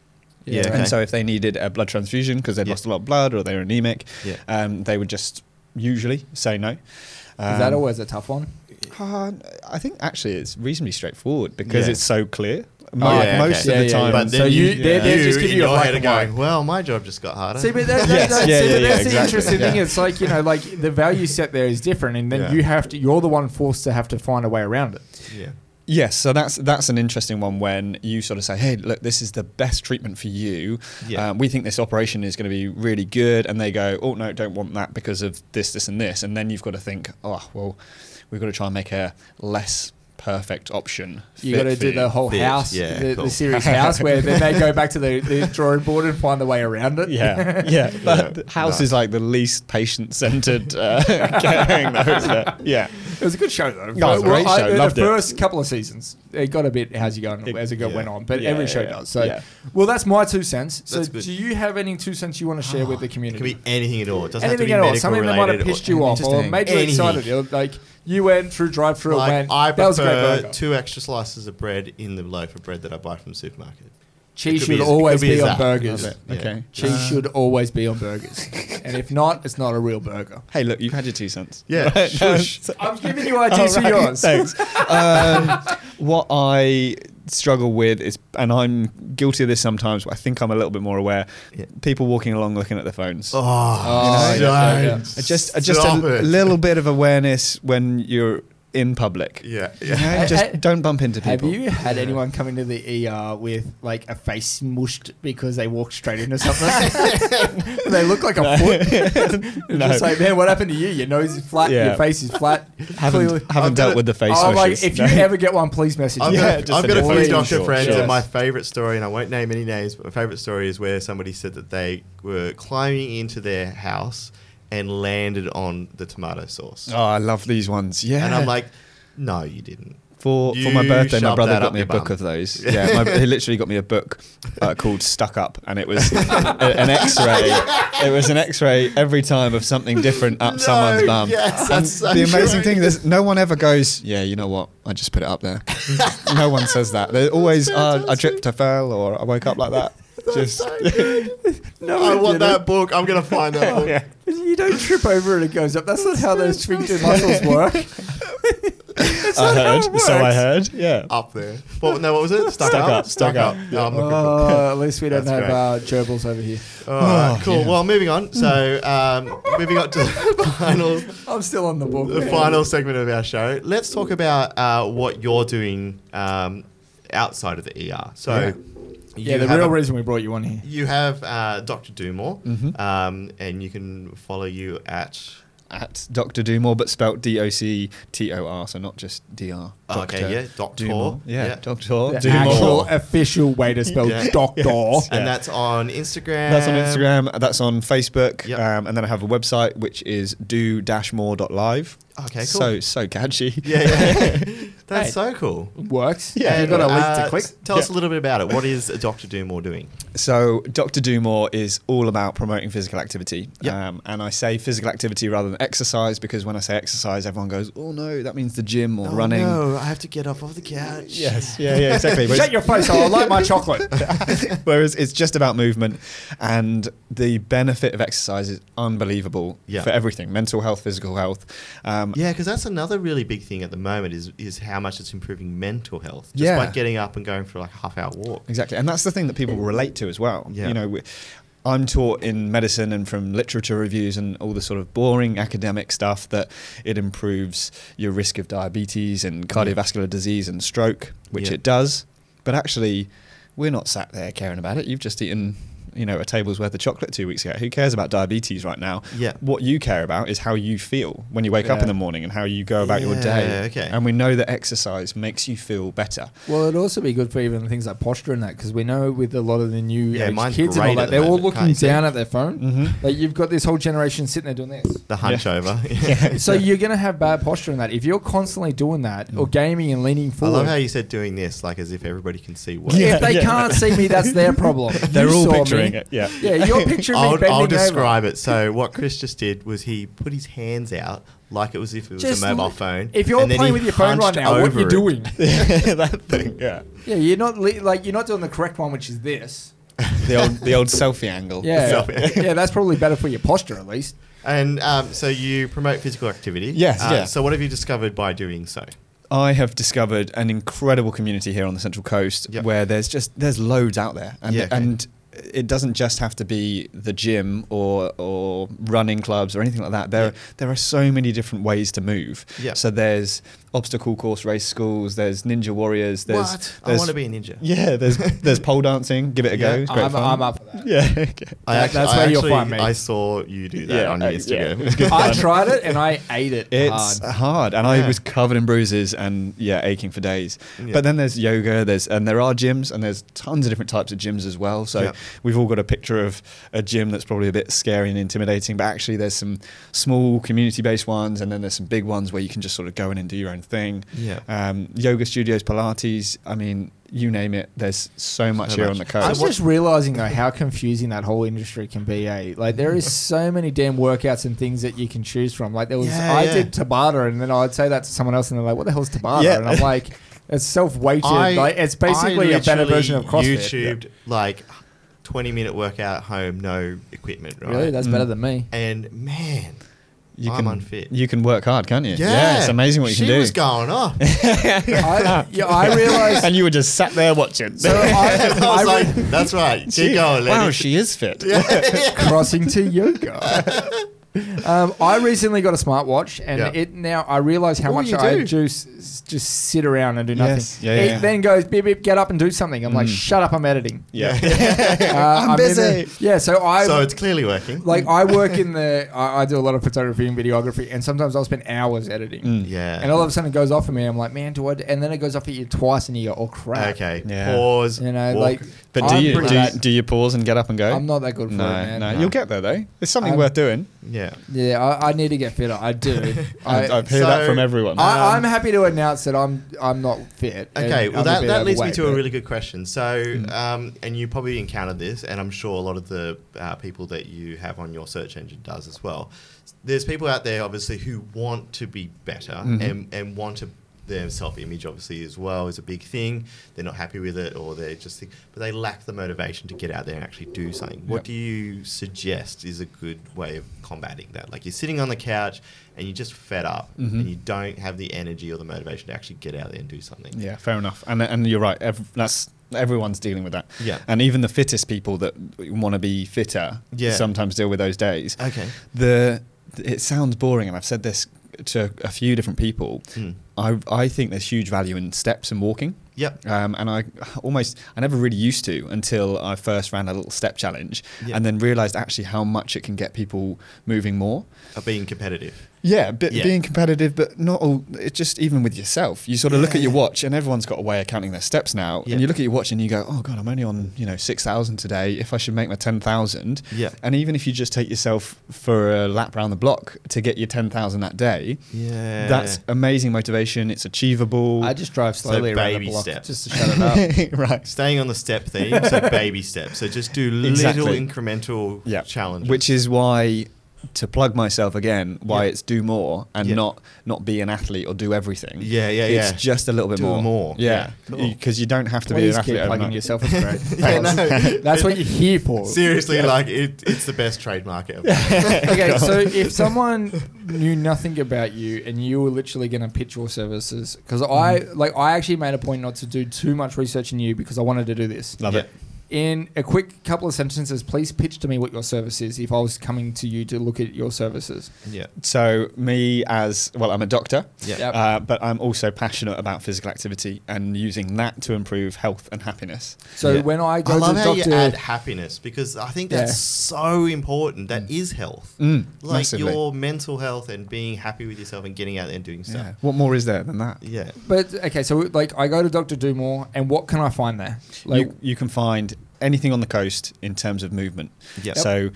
S1: Yeah, okay.
S3: And so if they needed a blood transfusion because they'd
S1: Yeah.
S3: lost a lot of blood or they were anemic,
S1: Yeah.
S3: um, they would just usually say no.
S2: Is
S1: Um,
S2: that always a tough one?
S3: Uh, I think actually it's reasonably straightforward because
S1: Yeah.
S3: it's so clear.
S2: Oh,
S3: Mo-
S2: yeah, okay.
S3: most of the
S2: Yeah, yeah,
S3: time,
S2: yeah.
S1: But
S2: So
S1: then
S2: you-
S1: you,
S2: they- they just give you a
S1: in your
S2: black
S1: head are
S2: and white.
S1: going, well, my job just got harder.
S2: See, but that, that,
S3: Yes.
S2: that's,
S3: Yeah,
S2: see,
S3: yeah,
S2: but
S3: yeah,
S2: that's the
S3: exactly.
S2: interesting thing.
S3: Yeah.
S2: It's like you know, like the value set there is different, and then
S1: Yeah.
S2: you have to. You're the one forced to have to find a way around it.
S1: yeah.
S3: Yes, so that's that's an interesting one when you sort of say, "Hey, look, this is the best treatment for you.
S1: Yeah.
S3: Um, we think this operation is going to be really good," and they go, "Oh no, don't want that because of this, this, and this," and then you've got to think, "Oh well, we've got to try and make a less perfect option.
S2: You got to do the whole
S1: fit,
S2: house,
S1: yeah,
S2: the,
S1: cool.
S2: the series house, where then they go back to the, the drawing board and find the way around it.
S3: Yeah, yeah. But the house
S1: no.
S3: is like the least patient-centered uh, gang, though, isn't it? Yeah,
S2: It was a good show though.
S3: No, it was a great show.
S2: the
S3: Loved it.
S2: first couple of seasons, it got a bit how's it going
S3: It-
S2: as it go,
S1: yeah.
S2: went on, but
S3: Yeah,
S2: every
S3: yeah,
S2: show
S3: yeah.
S2: does. So,
S3: Yeah.
S2: well, that's my two cents. So,
S1: That's good.
S2: do you have any two cents you want to share with the
S1: It can
S2: community?
S1: be anything at all. It doesn't
S2: Anything
S1: have
S2: at
S1: to be
S2: all?
S1: medical
S2: Something that might
S1: related.
S2: have pissed
S1: or,
S2: you off or
S3: Anything.
S2: made you
S1: Anything.
S2: excited. You're Like you went through drive through,
S1: Like,
S2: went.
S1: I
S2: that was a great
S1: prefer
S2: burger.
S1: two extra slices of bread in the loaf of bread that I buy from the supermarket. It
S2: Cheese
S1: could
S2: should
S1: be as- it
S2: always
S1: could be
S2: be,
S1: as
S2: on
S1: that.
S2: burgers.
S3: Love it.
S1: Yeah.
S3: Okay.
S2: Cheese
S1: Uh,
S2: should always be on burgers, and if not, it's not a real burger.
S3: Hey, look, you've had your two cents.
S1: Yeah, shush.
S2: I'm giving you ideas for yours.
S3: Thanks. um, what I struggle with is, and I'm guilty of this sometimes, but I think I'm a little bit more aware.
S1: Yeah.
S3: People walking along looking at their phones.
S1: Oh,
S2: Oh,
S1: you
S2: yeah, yeah, uh,
S1: know,
S2: yeah.
S3: I just, I just a
S1: stop it.
S3: little bit of awareness when you're in public.
S1: Yeah,
S3: You
S1: yeah.
S3: know,
S2: I- I-
S3: just don't bump into people.
S2: Have you had anyone come into the ER with like a face smushed because they walked straight into something? they look like a foot. It's
S3: No.
S2: Just like, man, what happened to you? Your nose is flat.
S3: Yeah.
S2: Your face is flat.
S3: Haven't,
S2: Clearly-
S1: I'm
S3: haven't dealt
S1: gonna-
S3: with the face.
S2: I'm like,
S3: swishes.
S2: Oh, if
S3: No.
S2: you ever get one, please message
S1: I've
S2: me.
S3: Yeah,
S1: got,
S3: just
S1: I've got a
S3: an
S1: few
S2: employee
S1: doctor
S3: insurance.
S1: friends,
S2: Yes.
S1: and my favourite story, and I won't name any names, but my favourite story is where somebody said that they were climbing into their house and landed on the tomato sauce.
S3: Oh, I love these ones. Yeah.
S1: And I'm like, no, you didn't.
S3: For, for
S1: You
S3: my birthday, my
S1: shove
S3: brother
S1: that
S3: got
S1: up
S3: me a
S1: your
S3: book
S1: bum.
S3: of those. Yeah, my, he literally got me a book uh, called Stuck Up, and it was a- an X-ray. It was an X-ray every time of something different up
S1: No,
S3: someone's bum.
S1: yes,
S3: And
S1: that's so
S3: the amazing
S1: true.
S3: thing is, no one ever goes, "Yeah, you know what? I just put it up there." no one says that. They're always, oh, "I tripped, I fell, or I woke up like that." Just
S2: No,
S1: I
S2: you
S1: want
S2: don't.
S1: that book. I'm gonna find that book.
S2: You don't trip over and it goes up. That's not how those sphincter muscles work. That's
S3: I
S2: not how
S3: heard.
S2: it
S3: So I
S2: works.
S3: heard. Yeah.
S1: Up there. What, no, what was it? Stuck,
S3: Stuck
S1: up.
S3: up, stuck up.
S1: No, I'm not good.
S2: Oh, at least we don't
S1: That's
S2: have uh, gerbils over here.
S1: All right,
S3: Oh,
S1: cool.
S3: yeah.
S1: Well, moving on. So, um, moving on to the final,
S2: I'm still on the book.
S1: the
S2: man.
S1: final segment of our show. Let's talk about uh, what you're doing um, outside of the ER. So,
S3: Yeah.
S2: Yeah,
S1: you
S2: the
S1: have
S2: real
S1: a-
S2: reason we brought you on here.
S1: You have uh, Dr. Doomore,
S3: Mhm.
S1: um, and you can follow you at.
S3: At Doctor Doomore, but spelt D O C T O R, so not just D R.
S1: Oh, okay, yeah, Doctor.
S3: Doomore. Yeah,
S1: Yeah.
S3: Doctor
S2: The
S3: Doomore.
S2: actual official way to spell
S1: Yeah.
S2: doctor.
S3: Yeah.
S1: And that's on Instagram.
S3: That's on Instagram. That's on Facebook.
S1: Yep.
S3: Um, and then I have a website which is do more.live.
S1: Okay, cool.
S3: So, so catchy.
S1: yeah, yeah. that's
S2: Hey.
S1: so cool.
S2: Works.
S3: Yeah,
S2: Yeah,
S1: And,
S2: you got a link
S1: uh,
S2: to click.
S1: s- Tell us a little bit about it. What is Dr. Doomore doing?
S3: So, Dr. Do More is all about promoting physical activity.
S1: Yep.
S3: Um, and I say physical activity rather than exercise because when I say exercise, everyone goes, oh no, that means the gym or running.
S1: Oh, No, I have to get up off the couch.
S3: Yes. Yeah, yeah, exactly. Whereas-
S2: Shut your face off. I like my chocolate.
S3: Whereas it's just about movement, and the benefit of exercise is unbelievable
S1: Yeah.
S3: for everything mental health, physical health. Um,
S1: Yeah, because that's another really big thing at the moment is is how much it's improving mental health just
S3: Yeah.
S1: by getting up and going for like a half hour walk.
S3: Exactly, and that's the thing that people relate to as well.
S1: Yeah.
S3: You know, we- I'm taught in medicine and from literature reviews and all the sort of boring academic stuff that it improves your risk of diabetes and cardiovascular disease and stroke, which
S1: Yeah.
S3: it does. But actually, we're not sat there caring about it. You've just eaten, you know, a table's worth of chocolate two weeks ago. Who cares about diabetes right now?
S1: Yeah.
S3: What you care about is how you feel when you wake up
S2: Yeah.
S3: in the morning and how you go about your
S1: Yeah,
S3: day. Um,
S1: okay.
S3: And we know that exercise makes you feel better.
S2: Well, it'd also be good for even things like posture and that, because we know with a lot of the new
S1: Yeah,
S2: age
S1: mine's
S2: kids and all
S1: great at
S2: that,
S1: the
S2: they're all
S1: moment,
S2: looking
S1: can't you
S2: down at their phone.
S1: Mm-hmm.
S3: Mhm.
S2: Like you've got this whole generation sitting there doing this.
S1: The hunchover.
S2: So you're gonna have bad posture in that if you're constantly doing that
S3: Mm.
S2: or gaming and leaning
S1: I
S2: forward.
S1: love how you said doing this, like as if everybody can see what.
S3: Yeah.
S2: if they can't see me, that's their problem.
S3: They're
S2: You
S3: all
S2: saw
S3: picturing
S2: me.
S3: it. Yeah.
S2: Yeah, you're picturing me
S1: I'll,
S2: bending
S1: I'll
S2: over.
S1: describe it. So what Chris just did was he put his hands out like it was if it was
S2: Just
S1: a mobile
S2: look-
S1: phone.
S2: If you're
S1: and then
S2: playing
S1: he
S2: with your phone right
S1: hunched
S2: now, what
S1: over
S2: are you
S1: it.
S2: doing?
S3: that thing, yeah.
S2: Yeah, you're not li- like you're not doing the correct one, which is this.
S3: The old, the old selfie angle.
S2: Yeah,
S1: Yeah.
S2: yeah, that's probably better for your posture at least.
S1: And um, so you promote physical activity.
S3: Yes,
S1: Uh,
S3: yeah.
S1: So what have you discovered by doing so?
S3: I have discovered an incredible community here on the Central Coast
S1: Yep.
S3: where there's just there's loads out there, and
S1: Yeah, okay.
S3: and it doesn't just have to be the gym or or running clubs or anything like that. There
S1: Yeah.
S3: there are so many different ways to move.
S1: Yeah.
S3: So there's obstacle course race schools. There's ninja warriors. There's,
S1: what? I
S3: there's-
S1: want to be a ninja.
S3: Yeah. There's there's pole dancing. Give it a go.
S1: Yeah.
S3: It's great
S2: I'm,
S3: fun.
S2: I'm up for that.
S3: Yeah. okay.
S1: I
S2: That-
S1: actually,
S2: that's
S1: I
S2: where you'll
S1: actually-
S2: find me.
S1: I saw you do that
S3: Yeah,
S1: on your
S3: I- yeah,
S1: Instagram.
S3: it was good
S2: I
S3: fun.
S2: tried it and I ate it
S3: It's
S2: hard.
S3: hard, and
S1: Yeah.
S3: I was covered in bruises and yeah, aching for days.
S1: Yeah.
S3: But then there's yoga, there's and there are gyms, and there's tons of different types of gyms as well. So
S1: Yeah.
S3: we've all got a picture of a gym that's probably a bit scary and intimidating, but actually there's some small community-based ones, and then there's some big ones where you can just sort of go in and do your own thing.
S1: Yeah.
S3: Um, yoga studios, Pilates. I mean, you name it. There's so much
S1: Uh, So
S3: here
S1: much.
S3: on the
S2: I
S3: coast.
S2: was just realizing though how confusing that whole industry can be. Eh? Like there
S1: Mm.
S2: is so many damn workouts and things that you can choose from. Like there was,
S1: Yeah,
S2: I
S1: yeah.
S2: did Tabata, and then I'd say that to someone else, and they're like, "What the hell's Tabata?"
S3: Yeah.
S2: And I'm like, "It's self-weighted.
S1: I-
S2: like it's basically
S1: I
S2: a better version of
S1: literally
S2: CrossFit."
S1: YouTubed like 20 minute workout at home, no equipment, right?
S2: Really, that's
S3: Mm.
S2: better than me.
S1: and man,
S3: you
S1: I'm
S3: can
S1: unfit.
S3: you can work hard, can't you? it's amazing what you can
S1: She
S3: do.
S1: was going off. Mm.
S2: I, yeah, I realized.
S3: and you were just sat there watching.
S2: So I,
S1: I
S2: I
S1: was
S2: re-
S1: like, that's right. Keep going, lady.
S3: Wow, she is fit.
S2: crossing to yoga. um, I recently got a smartwatch, and
S1: Yeah.
S2: it now I realize how
S3: Oh,
S2: much
S3: you
S2: I
S3: do.
S2: just just sit around and do nothing.
S3: Yes. Yeah,
S2: it
S3: yeah.
S2: then goes beep beep, get up and do something. I'm like,
S3: Mm.
S2: shut up, I'm editing.
S3: Yeah.
S2: Uh, I'm, in
S3: busy.
S2: the- yeah, so I
S1: so it's clearly working.
S2: like I work in the I, I do a lot of photography and videography, and sometimes I'll spend hours editing.
S3: Mm.
S1: yeah.
S2: And all of a sudden it goes off for me. I'm like, man, do I? d-" And then it goes off at you twice, and you go, oh crap.
S1: okay.
S3: Yeah.
S1: Pause.
S2: You know,
S1: walk.
S2: like,
S3: But do
S2: I'm
S3: you
S2: pretty
S3: do, you-
S2: bad.
S3: do you pause and get up and go?
S2: I'm not that good for
S3: no,
S2: it, man.
S3: no,
S1: No.
S3: you'll get there though. It's something
S2: I'm-
S3: worth doing.
S1: yeah.
S2: Yeah, I, I need to get fitter. I do.
S3: I,
S2: I,
S3: have heard
S1: so-
S3: that from everyone.
S2: I,
S1: Um,
S2: I'm happy to announce that I'm I'm not fit. and
S1: Okay, well
S2: I'm a
S1: that,
S2: bit
S1: that leads me
S2: overweight,
S1: to a
S2: but-
S1: really good question. So, um, and you probably encountered this, and I'm sure a lot of the uh, people that you have on your search engine does as well. There's people out there obviously who want to be better
S3: Mhm.
S1: and, and want to their self-image obviously as well is a big thing. They're not happy with it, or they just think, but they lack the motivation to get out there and actually do something. What
S3: Yep.
S1: do you suggest is a good way of combating that? Like you're sitting on the couch and you're just fed up,
S3: Mhm.
S1: and you don't have the energy or the motivation to actually get out there and do something.
S3: yeah, fair enough. And and you're right. Ev- that's everyone's dealing with that.
S1: Yeah.
S3: And even the fittest people that want to be fitter
S1: Yeah.
S3: sometimes deal with those days.
S1: Okay.
S3: The it sounds boring, and I've said this to a few different people.
S1: Mm.
S3: I I think there's huge value in steps and walking.
S1: Yep.
S3: Um, and I almost, I never really used to until I first ran a little step challenge
S1: Yeah.
S3: and then realized actually how much it can get people moving more.
S1: Of being competitive.
S3: Yeah, but
S1: Yeah.
S3: being competitive, but not all, it's just even with yourself. You sort of look at your watch and everyone's got a way of counting their steps now.
S1: Yeah.
S3: And you look at your watch and you go, oh God, I'm only on, you know, 6,000 today. If I should make my 10,000.
S1: Yeah.
S3: And even if you just take yourself for a lap round the block to get your 10,000 that day,
S1: Yeah.
S3: that's amazing motivation. It's achievable.
S2: I just drive slowly around
S1: baby
S2: the block
S1: steps.
S2: just to shut it up.
S3: right.
S1: staying on the step theme. so baby steps. So just do little
S3: Exactly.
S1: incremental
S3: yeah.
S1: challenges.
S3: Which is why, to plug myself again, why
S1: Yeah.
S3: it's do more and
S1: Yeah.
S3: not not be an athlete or do everything.
S1: Yeah, yeah,
S3: it's
S1: yeah.
S3: just a little bit
S1: Do
S3: more.
S1: more.
S3: Yeah,
S1: Yeah,
S3: because
S1: cool.
S3: you don't have to be
S2: Please
S3: an
S2: keep
S3: athlete.
S2: plugging
S3: overnight.
S2: yourself. It's great.
S1: Yeah, no.
S2: That's what you're here for.
S1: seriously like it, it's the best trademark ever.
S2: Okay, so if someone knew nothing about you and you were literally going to pitch your services, because I
S1: Mm-hmm.
S2: like I actually made a point not to do too much research in you because I wanted to do this.
S3: Love
S1: Yeah.
S3: it.
S2: In a quick couple of sentences, please pitch to me what your service is. If I was coming to you to look at your services,
S1: Yeah.
S3: So me as well, I'm a doctor,
S1: Yeah.
S2: Yep.
S3: uh, but I'm also passionate about physical activity and using that to improve health and happiness.
S2: so
S1: Yeah.
S2: when I go
S1: I
S2: to
S1: love
S2: the
S1: how
S2: doctor,
S1: you add happiness because I think that's
S2: Yeah.
S1: so important. That is health.
S3: Mm,
S1: Like
S3: massively.
S1: your mental health and being happy with yourself and getting out there and doing
S3: yeah.
S1: stuff.
S3: What more is there than that?
S1: Yeah.
S2: But okay, so like I go to Doctor Doomore, and what can I find there? Like,
S3: you, you can find anything on the coast in terms of movement.
S1: Yep.
S3: So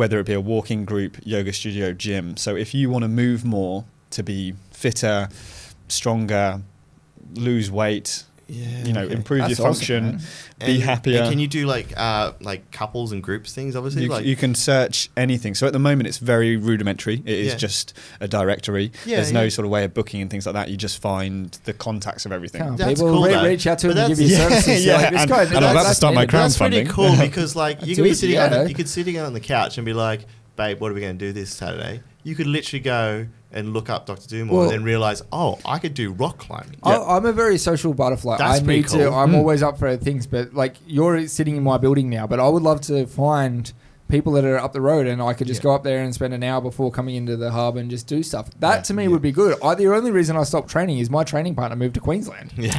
S3: whether it be a walking group, yoga studio, gym. So if you want to move more to be fitter, stronger, lose weight,
S1: Yeah.
S3: you know,
S1: okay.
S3: improve
S2: That's
S3: your
S2: awesome,
S3: function,
S2: man.
S3: be
S1: And-
S3: happier.
S1: And can you do like uh like couples and groups things obviously?
S3: you,
S1: like
S3: you can search anything. So at the moment, it's very rudimentary. It is
S1: Yeah.
S3: just a directory.
S1: Yeah,
S3: There's no
S1: yeah.
S3: sort of way of booking and things like that. You just find the contacts of everything.
S2: come on,
S1: That's
S2: people
S1: cool,
S2: re-
S1: though.
S2: reach out to
S1: But
S2: him and give
S1: that's-
S2: you
S3: Yeah,
S2: services. You're
S3: yeah,
S2: like, this
S3: and-
S2: guy,
S3: and I'm
S2: that's-
S3: about to
S2: that's
S3: start my
S2: needed.
S3: crown
S1: That's pretty
S3: crowdfunding.
S1: cool because like you
S2: That's
S1: could be
S2: it,
S1: sitting
S2: yeah.
S1: on you could sitting on the couch and be like, babe, what are we going to do this Saturday? You could literally go and look up Dr. Doom
S2: Well-
S1: and then realize, oh, I could do rock climbing.
S2: I, I'm a very social butterfly.
S1: That's
S2: I
S1: pretty
S2: need to.
S1: cool.
S2: I'm
S1: Mm.
S2: always up for things, but like you're sitting in my building now, but I would love to find people that are up the road, and I could just
S1: Yeah.
S2: go up there and spend an hour before coming into the harbour and just do stuff. That
S1: Yeah.
S2: to me would be good. I, the only reason I stopped training is my training partner moved to Queensland.
S1: Yeah.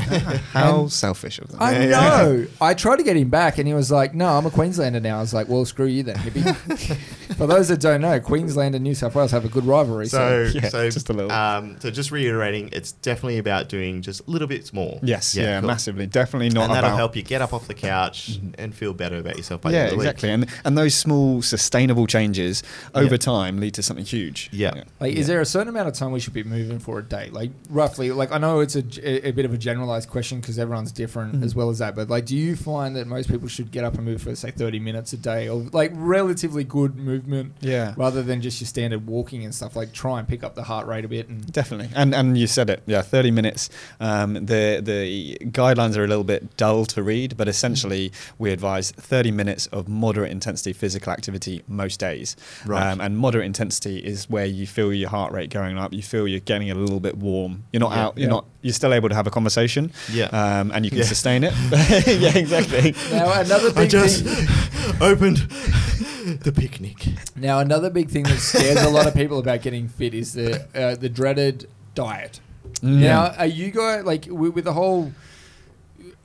S3: How selfish of them.
S2: I
S1: Yeah, yeah.
S2: know. I tried to get him back, and he was like, "No, I'm a Queenslander now." I was like, "Well, screw you then, hippie." For those that don't know, Queensland and New South Wales have a good rivalry. So,
S1: so,
S3: Yeah,
S1: so,
S3: just a little.
S1: Um, so just reiterating, it's definitely about doing just little bits more.
S3: yes, yeah,
S1: cool.
S3: massively. Definitely not
S1: And that'll
S3: about Mm-hmm.
S1: help you get up off the couch and feel better about yourself. By the
S3: yeah,
S1: end of the week.
S3: exactly. And and those small sustainable changes over
S1: Yeah.
S3: time lead to something huge.
S1: Yeah.
S2: like,
S1: Yeah.
S2: is there a certain amount of time we should be moving for a day? Like, roughly. Like, I know it's a, g- a bit of a generalized question because everyone's different
S1: Mm-hmm.
S2: as well as that. But like, do you find that most people should get up and move for say 30 minutes a day, or like relatively good movement,
S3: Yeah.
S2: rather than just your standard walking and stuff? Like, try and pick up the heart rate a bit and
S3: Definitely, and and you said it. Yeah, thirty minutes. Um, the the guidelines are a little bit dull to read, but essentially we advise thirty minutes of moderate intensity physical activity most days. Um,
S1: Right.
S3: and moderate intensity is where you feel your heart rate going up. You feel you're getting a little bit warm. You're not
S1: Yeah.
S3: out. You're
S2: Yeah.
S3: not. You're still able to have a conversation.
S1: Yeah.
S3: Um, and you can
S1: Yeah.
S3: sustain it. yeah, exactly.
S2: Now, another
S1: I
S2: big
S1: just
S2: thing.
S1: opened the picnic.
S2: Now, another big thing that scares a lot of people about getting fit is the uh, the dreaded diet.
S3: Mm.
S2: Now, are you guys like with, with the whole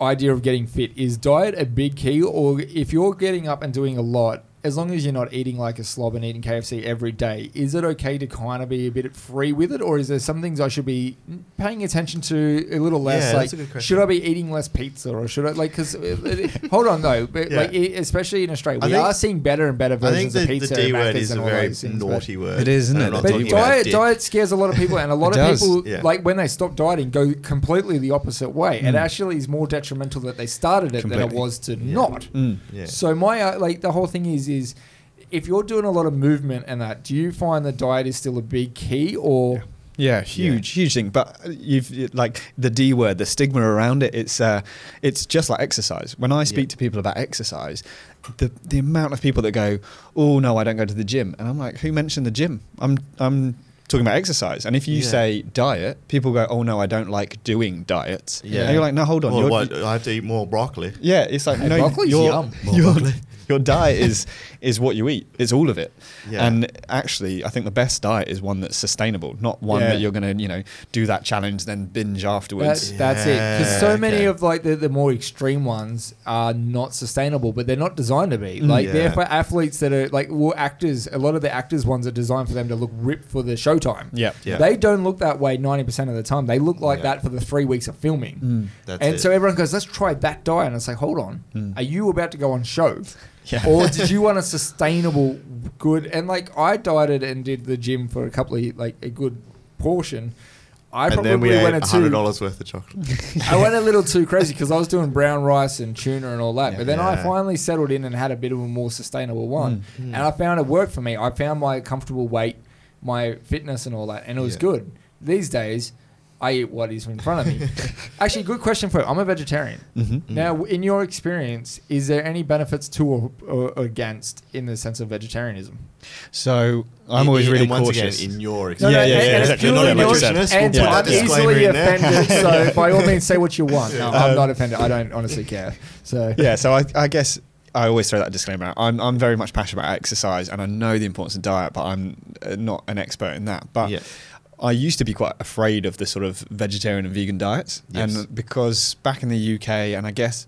S2: idea of getting fit? Is diet a big key, or if you're getting up and doing a lot, as long as you're not eating like a slob and eating KFC every day, is it okay to kind of be a bit free with it, or is there some things I should be paying attention to a little
S1: Yeah,
S2: less? like,
S1: that's a good question.
S2: should I be eating less pizza, or should I like? Because hold on though, but
S1: Yeah.
S2: like e- especially in Australia,
S1: I
S2: we
S1: think-
S2: are seeing better and better
S1: I
S2: versions
S1: think the,
S2: of
S1: the
S2: pizza.
S1: D
S2: and
S1: word
S2: Macca's
S1: is a
S2: and all
S1: very
S2: those things, but-
S1: naughty word.
S3: It is, isn't
S1: And
S3: it?
S1: I'm not
S3: But
S1: talking
S2: but
S1: about
S2: diet,
S1: dick.
S2: diet scares a lot of people, and a lot
S3: It
S2: of
S3: does.
S2: people,
S1: Yeah.
S2: like when they stop dieting, go completely the opposite way. It
S3: Mm.
S2: actually is more detrimental that they started it than it
S3: Completely.
S2: was to
S1: Yeah.
S2: not.
S3: Mm.
S1: Yeah.
S2: So my uh, like the whole thing is is if you're doing a lot of movement and that, do you find the diet is still a big key or?
S3: Yeah, huge, huge thing. But you've you- like the D word, the stigma around it. It's uh, it's just like exercise. When I speak
S1: Yeah.
S3: to people about exercise, the the amount of people that go, "Oh no, I don't go to the gym," and I'm like, "Who mentioned the gym?" I'm I'm talking about exercise. And if you
S1: Yeah.
S3: say diet, people go, "Oh no, I don't like doing diets."
S1: Yeah.
S3: and you're like, "No, hold on,
S1: Well,
S3: you're-
S1: what, I have to eat more broccoli.
S3: yeah, it's like
S2: Hey,
S3: no,
S2: broccoli's
S3: your,
S2: yum.
S3: your,
S1: Broccoli.
S3: your diet is is what you eat. It's all of it.
S1: Yeah.
S3: And actually, I think the best diet is one that's sustainable, not one
S2: Yeah.
S3: that you're going to you know do that challenge then binge afterwards.
S2: That, That's it. Because
S1: Yeah,
S2: so many
S1: okay.
S2: of like the, the more extreme ones are not sustainable, but they're not designed to
S3: Mm.
S2: be. Like
S1: Yeah.
S2: they're for athletes that are like well actors. A lot of the actors ones are designed for them to look ripped for the showtime.
S3: Yep.
S1: Yeah.
S2: They don't look that way ninety percent of the time. They look like
S1: Yeah. Mm.
S2: that for the three weeks of filming.
S3: Mm.
S1: That's
S2: and
S1: it. Mm.
S2: so everyone goes, "Let's try that diet." And I say, "Hold on, are you about to go on show,
S3: Yeah.
S2: or did you want a sustainable, good?" And like I dieted and did the gym for a couple of like a good portion. I
S1: and
S2: probably
S1: then we
S2: went
S1: ate
S2: a
S1: hundred
S2: two.
S1: dollars worth of chocolate.
S2: I went a little too crazy because I was doing brown rice and tuna and all that. But then I
S1: Yeah.
S2: finally settled in and had a bit of a more sustainable one.
S1: Mm.
S3: Hmm.
S2: And I found it worked for me. I found my comfortable weight, my fitness, and all that. And it was
S1: Yeah.
S2: good. These days, I eat what is in front of me. Actually, good question for you. I'm a vegetarian.
S3: Mm-hmm.
S2: Now, in your experience, is there any benefits to or, or against in the sense of vegetarianism?
S3: So I'm
S1: In-
S3: always
S1: in-
S3: really
S1: and once
S3: cautious.
S1: again, in your experience.
S3: No, Yeah, yeah,
S2: and-
S3: yeah,
S2: and it's
S3: exactly.
S2: purely
S3: Not a
S2: your-
S3: nutritionist.
S2: And
S3: We'll put
S2: I'm
S3: a disclaimer
S2: easily
S1: in there.
S2: offended, so by all means, say what you want. No, I'm
S3: Um,
S2: not offended. I don't honestly care. So
S3: yeah, so I, I guess I always throw that disclaimer out. I'm, I'm very much passionate about exercise and I know the importance of diet, but I'm uh, not an expert in that. But
S1: Yeah.
S3: I used to be quite afraid of the sort of vegetarian and vegan diets.
S1: Yes.
S3: And because back in the UK, and I guess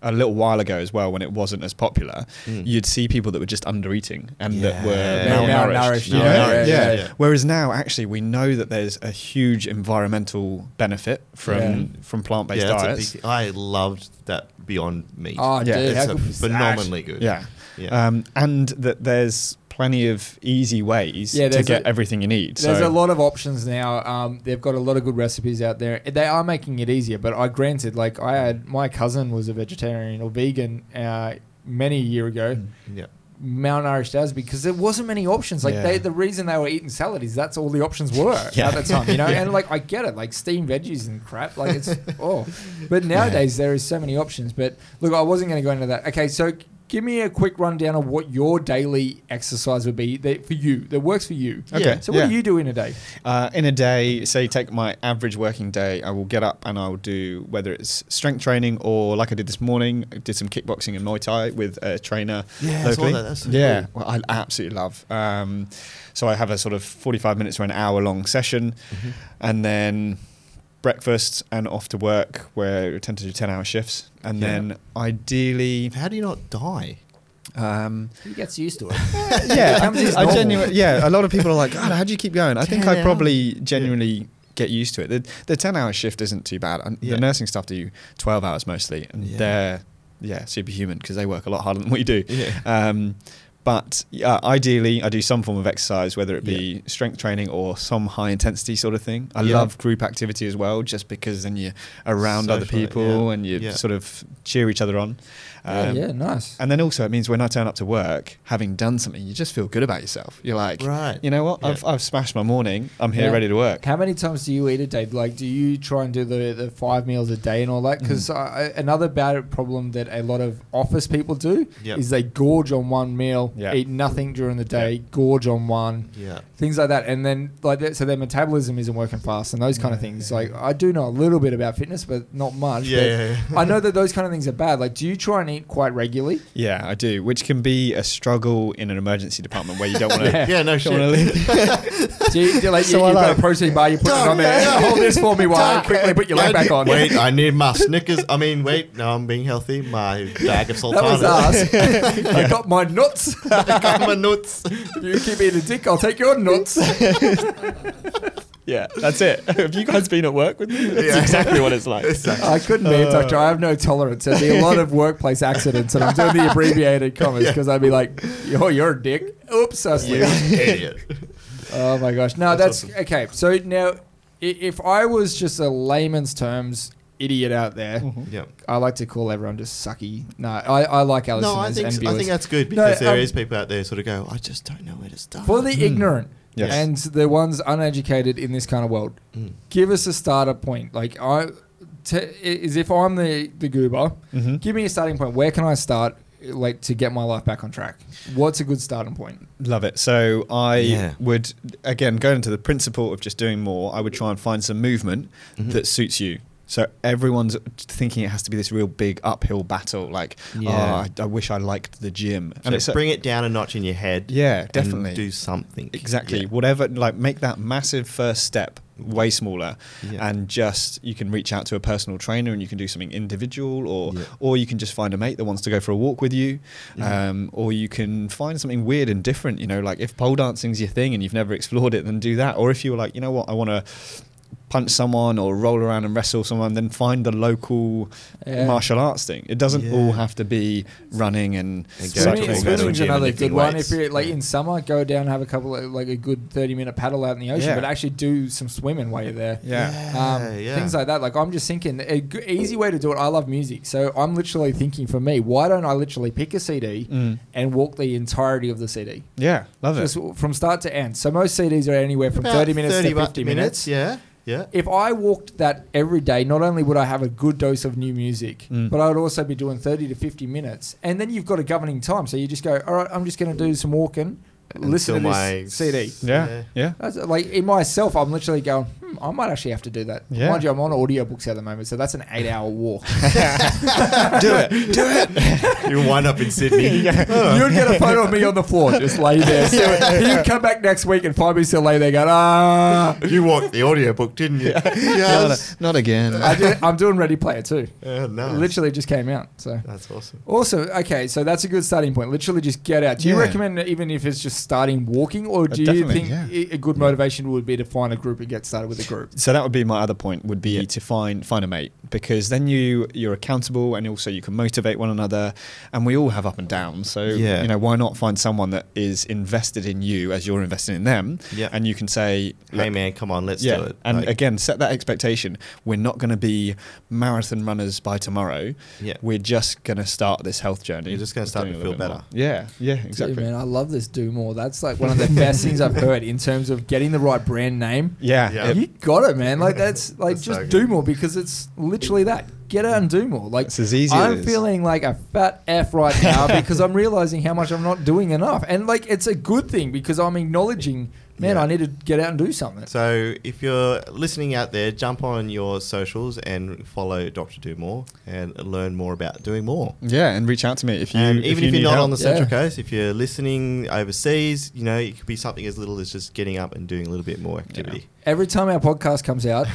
S3: a little while ago as well, when it wasn't as popular,
S1: Mm.
S3: you'd see people that were just under eating and that were
S1: Yeah.
S2: Malnourished,
S3: malnourished. you
S1: yeah,
S3: know?
S1: yeah, yeah, yeah.
S3: Whereas now, actually, we know that there's a huge environmental benefit from
S2: Yeah.
S3: from plant based
S1: yeah, that's a
S3: diets.
S1: big- I loved that beyond meat.
S2: Oh,
S3: Yeah,
S2: dude,
S1: it's
S2: how
S1: a
S2: good was that?
S1: phenomenally good.
S3: Yeah.
S1: Yeah.
S3: Um, and that there's plenty of easy ways
S2: Yeah,
S3: to
S2: there's
S3: get
S2: a-
S3: everything you need.
S2: There's a
S3: so
S2: lot of options now. Um, they've got a lot of good recipes out there. They are making it easier, but I granted, like I had my cousin was a vegetarian or vegan uh, many a year ago.
S3: Mm,
S1: yeah.
S2: malnourished as because there wasn't many options. Like
S3: Yeah.
S2: they, the reason they were eating salad is that's all the options were
S3: Yeah.
S2: at the time, you know. And like I get it, like steamed veggies and crap. Like it's oh, but nowadays there is so many options. But look, I wasn't going to go into that. Okay, so Give me a quick rundown of what your daily exercise would be that, for you that works for you.
S1: Okay. Yeah.
S2: So what
S3: Yeah.
S2: do you do in a day?
S3: Uh, in a day, say take my average working day, I will get up and I will do whether it's strength training or like I did this morning, I did some kickboxing and Muay Thai with a trainer
S1: Yeah, I saw
S3: locally.
S1: that. That's so
S3: yeah,
S1: cool.
S3: well, I absolutely love. Um, so I have a sort of 45 minutes or an hour long session and then breakfast and off to work where I tend to do 10 hour shifts. And
S1: Yeah.
S3: then ideally,
S1: How do you not die?
S3: um,
S5: He gets used to it.
S3: yeah,
S2: Becomes his
S3: I, I
S2: normal.
S3: genuinely, yeah. A lot of people are like, God, how do you keep going? I think
S1: 10
S3: I probably genuinely get used to it. The, the ten-hour shift isn't too bad. And
S1: Yeah.
S3: The nursing staff do twelve hours mostly, and
S1: Yeah.
S3: they're yeah superhuman because they work a lot harder than we do.
S1: Yeah.
S3: Um, but yeah, ideally, I do some form of exercise, whether it be strength training or some high intensity sort of thing. I
S1: Yeah.
S3: love group activity as well, just because then you're around other
S1: Social,
S3: people
S1: yeah.
S3: and you
S1: Yeah.
S3: sort of cheer each other on.
S2: Yeah,
S3: Um,
S2: yeah, nice.
S1: uh,
S3: and then also, it means when I turn up to work, having done something, you just feel good about yourself. You're like,
S1: Right.
S3: you know what?
S1: Yeah.
S3: I've, I've smashed my morning. I'm here
S2: Yeah.
S3: ready to work.
S2: How many times do you eat a day? Like, do you try and do the, the five meals a day and all
S1: Mm.
S2: that? Because another bad problem that a lot of office people do
S1: Yep.
S2: is they gorge on one meal,
S3: Yeah.
S2: eat nothing during the day, gorge on one,
S1: Yeah.
S2: things like that. And then, like, that, so their metabolism isn't working fast and those kind of things. Like, I do know a little bit about fitness, but not much.
S1: Yeah,
S2: But
S1: yeah, yeah.
S2: I know that those kind of things are bad. Like, do you try and eat quite regularly?
S3: Yeah, I do, which can be a struggle in an emergency department where you don't want to.
S1: Yeah, no
S3: Don't want
S1: shit.
S3: to leave.
S2: Do you, do you like,
S3: So
S2: you,
S3: I
S2: have got
S3: like-
S2: a protein bar, you put it
S1: Don't,
S2: on there.
S1: yeah.
S2: Hold this for me while I quickly put your leg back on.
S1: Wait, I need my Snickers. I mean, wait, no, I'm being healthy. My bag of
S2: That was
S1: sultanas.
S2: us. I got my nuts.
S1: I got my nuts.
S2: If you keep eating dick, I'll take your nuts.
S3: yeah, that's it. Have you guys been at work with me? That's
S1: Yeah.
S3: exactly what it's like.
S2: I couldn't be a
S1: Uh.
S2: doctor. I have no tolerance. There'd be a lot of workplace accidents, and I'm doing the abbreviated commas because I'd be like, "Oh, you're a dick. Oops, I
S1: You
S2: slipped."
S1: idiot.
S2: Oh my gosh. No,
S1: That's
S2: that's, okay. So now, i- if I was just a layman's terms idiot out there,
S3: Mm-hmm.
S1: Yeah.
S2: I like to call everyone just sucky. No, I, I like our
S1: No, I
S2: listeners
S1: think
S2: and
S1: s-
S2: viewers.
S1: I think that's good
S2: No,
S1: because there is
S2: um,
S1: people out there sort of go, I just don't know where to start.
S2: For the ignorant
S3: Yes.
S2: and the ones uneducated in this kind of world,
S1: Mm.
S2: give us a starter point. Like I, t- is if I'm the the goober,
S3: Mhm.
S2: give me a starting point. Where can I start, like to get my life back on track? What's a good starting point?
S3: Love it. So I
S1: Yeah.
S3: would again go into the principle of just doing more. I would try and find some movement
S1: Mm-hmm.
S3: that suits you. So everyone's thinking it has to be this real big uphill battle. Like,
S1: Yeah.
S3: oh, I, I wish I liked the gym.
S1: So
S3: it's a-
S1: bring it down a notch in your head.
S3: Yeah,
S1: and
S3: definitely.
S1: do something.
S3: exactly
S1: Yeah.
S3: whatever. Like, make that massive first step way smaller,
S1: Yeah.
S3: and just you can reach out to a personal trainer and you can do something individual, or
S1: Yeah.
S3: or you can just find a mate that wants to go for a walk with you,
S1: Yeah.
S3: um, or you can find something weird and different. You know, like if pole dancing's your thing and you've never explored it, then do that. Or if you were like, you know what, I want to punch someone or roll around and wrestle someone, then find the local
S2: Yeah.
S3: martial arts thing. It doesn't
S1: Yeah.
S3: all have to be running and,
S1: And go to
S3: cycling
S2: Swimming,
S1: a
S3: and
S1: swimming
S2: swimming's
S1: gym and
S2: another
S1: lifting
S2: good one.
S1: weights.
S2: If you're like
S1: Yeah.
S2: in summer, go down have a couple of like a good thirty minute paddle out in the ocean,
S3: Yeah.
S2: but actually do some swimming while you're there.
S3: Yeah.
S2: um, things like that. Like I'm just thinking a g- easy way to do it. I love music, so I'm literally thinking for me, why don't I literally pick a CD
S3: Mm.
S2: and walk the entirety of the CD,
S3: Yeah, love it.
S2: just from start to end? So most CDs are anywhere from
S1: About
S2: 30 minutes
S1: 30
S2: to 50 minutes.
S1: Yeah. Yeah.
S2: If I walked that every day, not only would I have a good dose of new music,
S3: Mm.
S2: but I would also be doing 30 to 50 minutes. And then you've got a governing time. So you just go, all right, I'm just going to do some walking, listen
S1: Until
S2: to
S1: my-
S2: this CD.
S3: Yeah, yeah.
S2: That's, like in myself, I'm literally going. Hmm, I might actually have to do that.
S3: Yeah.
S2: Mind you, I'm on audiobooks at the moment, so that's an eight-hour walk.
S3: do it. Do it.
S1: You wind up in Sydney. Oh,
S3: Uh.
S2: You'd get a photo of me on the floor, just lay there. So You'd come back next week and find me still lay there going, ah.
S1: You walked the audiobook, didn't you? yes.
S3: Not, not again.
S2: I do, I'm doing Ready Player too.
S1: Uh, no.
S2: It literally just came out. So
S1: That's awesome.
S2: awesome. Okay, so that's a good starting point. Literally, just get out. Do you
S3: Yeah. Uh,
S2: recommend that even if it's just starting walking, or do you
S3: definitely,
S2: think
S3: yeah.
S2: i- a good motivation would be to find a group and get started with a group?
S3: so that would be my other point would be
S1: Yeah.
S3: to find find a mate because then you you're accountable and also you can motivate one another and we all have up and downs so
S1: Yeah.
S3: you know why not find someone that is invested in you as you're invested in them
S1: Yeah.
S3: and you can say
S1: Hey, man, come on, let's
S3: yeah
S1: do it.
S3: and
S1: Like,
S3: again set that expectation we're not going to be marathon runners by tomorrow
S1: Yeah.
S3: we're just going to start this health journey
S1: You're just gonna
S3: Let's
S1: start
S3: do
S1: to
S3: a little
S1: feel
S3: bit
S1: better.
S3: more. yeah yeah
S2: Dude,
S3: exactly
S2: man, I love this do more. That's like one of the best things I've heard in terms of getting the right brand name.
S3: yeah,
S1: Yeah.
S3: it-
S2: You got it, man. Like that's like
S1: That's so
S2: just
S1: good.
S2: do more because it's literally that. get out and do more. Like
S3: It's as easy
S2: I'm
S3: as-
S2: feeling like a fat f right now because I'm realizing how much I'm not doing enough, and like it's a good thing because I'm acknowledging, man,
S1: Yeah.
S2: I need to get out and do something.
S1: So if you're listening out there, jump on your socials and follow Doctor Do More and learn more about doing more.
S3: Yeah, and reach out to me if you
S1: and even if,
S3: you
S1: you're
S3: need
S1: not
S3: help.
S1: on the
S2: Yeah.
S1: Central Coast, if you're listening overseas, you know it could be something as little as just getting up and doing a little bit more activity.
S2: Every time our podcast comes out,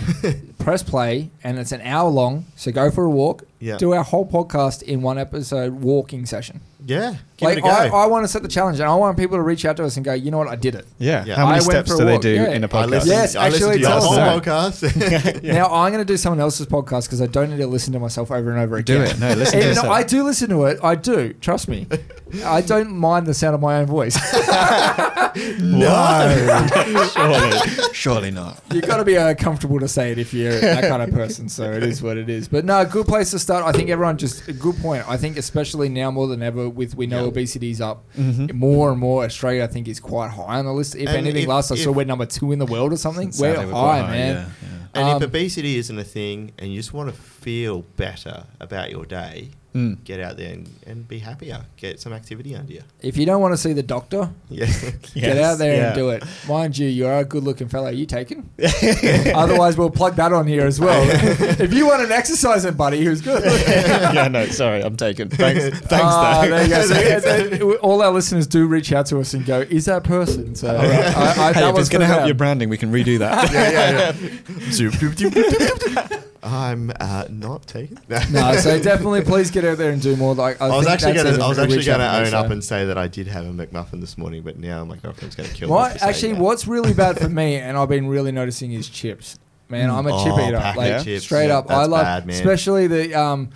S2: press play, and it's an hour long. So go for a walk.
S1: Yeah.
S2: Do our whole podcast in one episode walking session.
S1: Yeah, give
S2: Like
S1: it a go.
S2: I, I want to set the challenge, and I want people to reach out to us and go, you know what, I did it.
S3: Yeah.
S1: Yeah.
S3: How
S2: I
S3: many
S2: went
S3: steps
S2: for a
S3: do they
S2: walk.
S3: do
S2: Yeah.
S3: in a
S1: I
S3: podcast?
S1: listened,
S2: Yes,
S1: I listened
S2: actually,
S1: to your
S2: tell us
S1: whole
S2: that.
S1: podcast.
S3: Yeah.
S2: Now I'm going to do someone else's podcast because I don't need to listen to myself over and over
S3: Do
S2: again.
S3: it. No, listen to
S2: Even though
S3: yourself.
S2: I do listen to it. I do. Trust me. I don't mind the sound of my own voice.
S3: No. surely, surely not.
S2: You've got to be uh, comfortable to say it if you're that kind of person. So it is what it is. But no, good place to start. I think everyone just a good point. I think especially now more than ever, with we know
S1: Yeah.
S2: obesity's up
S3: Mm-hmm. Hmm?
S2: more and more. Australia, I think, is quite high on the list. If
S1: And
S2: anything,
S1: if-
S2: last I saw
S1: if-
S2: we're number two in the world or something. We're
S3: Sadly,
S2: high,
S3: we're quite high,
S2: man.
S3: yeah, yeah.
S1: and
S2: Um,
S1: if obesity isn't a thing, and you just want to feel better about your day,
S3: Mm.
S1: get out there and, and be happier. Get some activity under you.
S2: If you don't want to see the doctor,
S1: Yeah.
S2: Get
S3: Yes,
S2: out there
S3: yeah.
S2: and do it. Mind you, you are a good looking fellow. You taken? Otherwise, we'll plug that on here as well. if you want an exercising buddy who's good.
S3: yeah, no, sorry, I'm taken. Thanks, thanks,
S2: Ah,
S3: Dave.
S2: there you go. So, and- and all our listeners do reach out to us and go, "Is that person?" So I, I,
S3: hey,
S2: that
S3: if it's
S2: was
S3: going to
S2: for
S3: help
S2: them.
S3: your branding, we can redo that.
S1: I'm uh, not taking.
S2: No, so definitely, please get out there and do more. Like I,
S1: I was
S2: think
S1: actually
S2: that's
S1: gonna,
S2: a
S1: I was actually
S2: reach out
S1: gonna
S2: for me,
S1: own
S2: so.
S1: up and say that I did have a McMuffin this morning, but now my girlfriend's gonna kill me.
S2: What
S1: for saying
S2: actually?
S1: that.
S2: What's really bad for me, and I've been really noticing, is chips. Man, I'm a chip
S1: Oh,
S2: eater.
S1: packet
S2: Like
S1: of chips.
S2: straight
S1: Yeah,
S2: up, I
S1: that's
S2: love,
S1: bad, man.
S2: especially the um.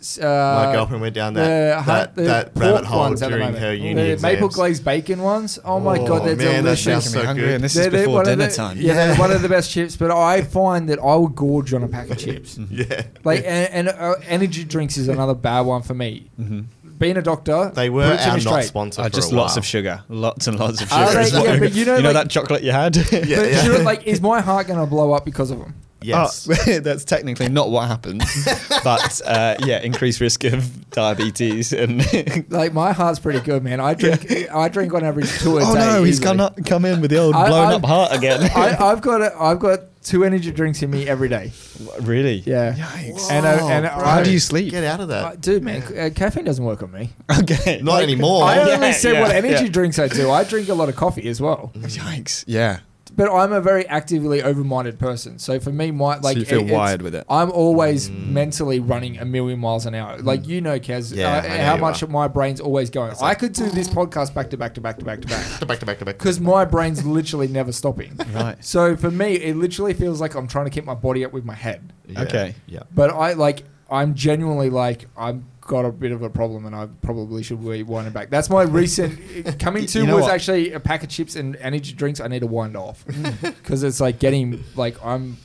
S2: s- Uh,
S1: My girlfriend went down
S2: the
S1: that
S2: hu-
S1: that,
S2: the
S1: that
S2: pork
S1: rabbit hole
S2: ones at the
S1: during
S2: moment.
S1: her uni
S2: The
S1: exams.
S2: maple glazed bacon ones. Oh my
S1: Oh,
S2: god, they're
S1: man, that sounds
S2: delicious.
S1: so good.
S3: and this
S2: They're-
S3: is
S2: they're
S3: before
S2: one of
S3: dinner
S2: the-
S3: time.
S2: Yeah, they're one of the best chips. But I find that I would gorge on a pack of chips.
S1: Yeah,
S2: Like and, and uh, energy drinks is another bad one for me.
S3: Mm-hmm.
S2: Being a doctor,
S1: they were
S2: put it to
S1: our
S2: me
S1: not
S2: straight.
S1: sponsor.
S3: Oh,
S1: for
S3: just
S1: a
S3: lots
S1: while.
S3: of sugar, lots and lots of sugar.
S2: Oh,
S3: is
S2: yeah,
S3: what-
S2: but you know, like-
S3: that chocolate you had.
S1: Yeah,
S2: but
S1: yeah.
S2: you know, like, is my heart going to blow up because of them?
S1: yes.
S3: Oh, that's technically not what happened, but uh, yeah, increased risk of diabetes and.
S2: Like my heart's pretty good, man. I drink, I drink on average two a
S3: oh
S2: day.
S3: no, he's
S2: easily.
S3: gone up, come in with the old
S2: I-
S3: blown
S2: I-
S3: up heart again.
S2: I, I've got, a, I've got two energy drinks in me every day.
S3: really?
S2: Yeah.
S3: Yikes.
S2: And I- and
S1: Whoa,
S2: I-
S3: Oh, How do you sleep?
S1: Get out of that.
S2: Uh, dude, man, c- uh, caffeine doesn't work on me.
S3: Okay.
S1: Not anymore.
S2: I
S3: Oh, yeah,
S2: only said
S3: yeah,
S2: what energy
S3: yeah.
S2: drinks I do. I drink a lot of coffee as well,
S3: Yikes. Yeah.
S2: but I'm a very actively over-minded person. So for me, my like
S3: so you feel
S2: it- it's-
S3: wired with it.
S2: I'm always
S1: Mm.
S2: mentally running a million miles an hour. Like you know, Kaz,
S1: Yeah, I
S2: uh,
S1: know
S2: how
S1: you
S2: much
S1: are.
S2: my brain's always going. I
S1: like-
S2: could do this podcast back to back to back to back to back
S1: back to back to back.
S2: because my brain's literally never stopping.
S3: Right.
S2: So for me, it literally feels like I'm trying to keep my body up with my head.
S1: Yeah,
S3: Okay.
S1: Yeah.
S2: But I like, I'm genuinely like, I've got a bit of a problem, and I probably should be winding back. That's my recent coming to
S3: You know
S2: was
S3: what?
S2: actually a pack of chips and energy drinks. I need to wind off because it's like getting like I'm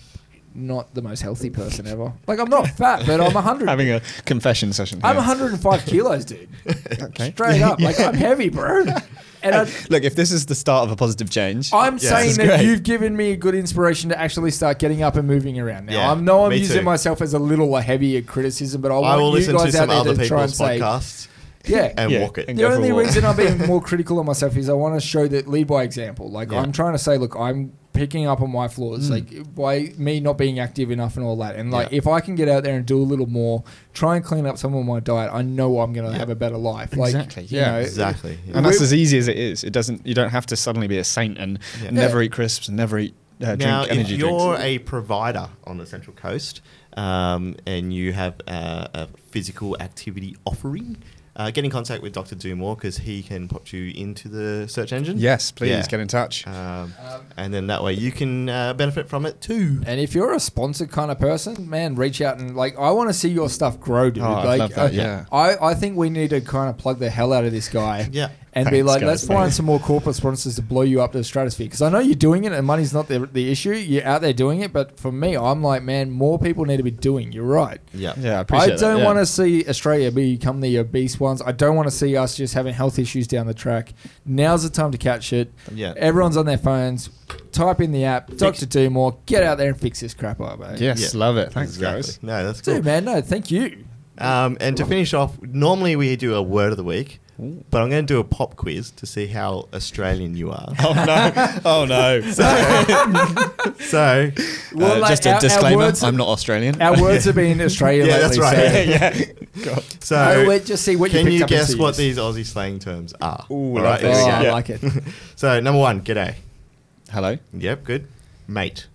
S2: not the most healthy person ever. Like I'm not fat, but I'm 100.
S3: Having a confession session.
S2: I'm
S3: here.
S2: 105 kilos, dude.
S3: Okay.
S2: Straight up, like I'm heavy, bro. And I,
S3: Look, if this is the start of a positive change,
S2: I'm
S1: Yeah.
S2: saying
S3: That's
S2: that
S3: great.
S2: you've given me a good inspiration to actually start getting up and moving around. Now
S1: Yeah,
S2: I know I'm
S1: me
S2: using
S1: too.
S2: myself as a little heavier criticism, but I want
S1: I will
S2: you
S1: listen
S2: guys
S1: to
S2: out
S1: some
S2: there
S1: other
S2: to try and
S1: people's
S2: say,
S1: podcasts
S2: yeah.
S1: and
S3: Yeah.
S1: walk it.
S3: And
S2: the
S3: go for a
S2: only
S3: walk.
S2: reason I'm being more critical of myself is I want to show that lead by example. Like
S1: Yeah. Hmm.
S2: I'm trying to say, look, I'm picking up on my flaws, like by me not being active enough and all that. And like
S1: Yeah.
S2: if I can get out there and do a little more, try and clean up some of my diet, I know I'm gonna
S1: Yeah.
S2: have a better life. Like,
S3: Exactly,
S2: you
S3: yeah.
S2: know,
S1: Exactly.
S3: and that's as easy as it is. It doesn't. You don't have to suddenly be a saint and
S1: Yeah.
S3: never eat crisps and never eat uh, drink
S1: now,
S3: energy
S1: if you're
S3: drinks.
S1: a provider on the Central Coast um, and you have uh, a physical activity offering, uh, get in contact with Dr. Doomore because he can pop you into the search engine.
S3: Yes, please
S1: Yeah.
S3: get in touch.
S2: Uh,
S1: Um, and then that way you can uh, benefit from it too.
S2: And if you're a sponsored kind of person, man, reach out and like I want to see your stuff grow, dude.
S3: Oh, I'd
S2: like,
S3: love that,
S2: uh,
S3: yeah.
S2: I, I think we need to kind of plug the hell out of this guy.
S1: Yeah.
S2: And be
S3: Thanks,
S2: like,
S3: guys,
S2: let's
S3: mate.
S2: find some more corporate sponsors to blow you up to the stratosphere. Because I know you're doing it, and money's not the, the issue. You're out there doing it, but for me, I'm like, man, more people need to be doing. You're right.
S1: Yeah.
S3: yeah, I
S2: I
S3: appreciate.
S2: don't want to see Australia become the obese ones. I don't want to see us just having health issues down the track. Now's the time to catch it.
S1: Yeah.
S2: Everyone's on their phones. type in the app,
S1: Fix-
S2: Dr. Dumore, get out there and fix this crap up, eh?
S3: Yes,
S1: Yeah.
S3: love it. Thanks,
S1: Exactly.
S3: guys.
S1: No, that's cool.
S2: Dude, man, no, thank you.
S1: Um, and to finish off, normally we do a word of the week,
S3: Ooh.
S1: but I'm going to do a pop quiz to see how Australian you are.
S3: Oh no! Oh no! Uh,
S1: so,
S2: Well, like,
S3: just
S2: our-
S3: a
S2: our
S3: disclaimer:
S2: words-
S3: I'm not Australian.
S2: Our words have been Australian
S1: Yeah, that's
S2: lately.
S1: right.
S2: so-
S3: yeah, yeah. God.
S1: so
S2: Oh, wait, just see what you
S1: can
S2: picked
S1: you
S2: up and
S1: guess
S2: see.
S1: what these Aussie slang terms are?
S3: Ooh,
S1: All
S3: I
S1: right,
S3: like
S2: Oh,
S1: here we
S3: this.
S1: go.
S2: I
S3: Yeah.
S2: like it.
S1: So, number one, g'day.
S3: Hello,
S1: Yep, good. Mate.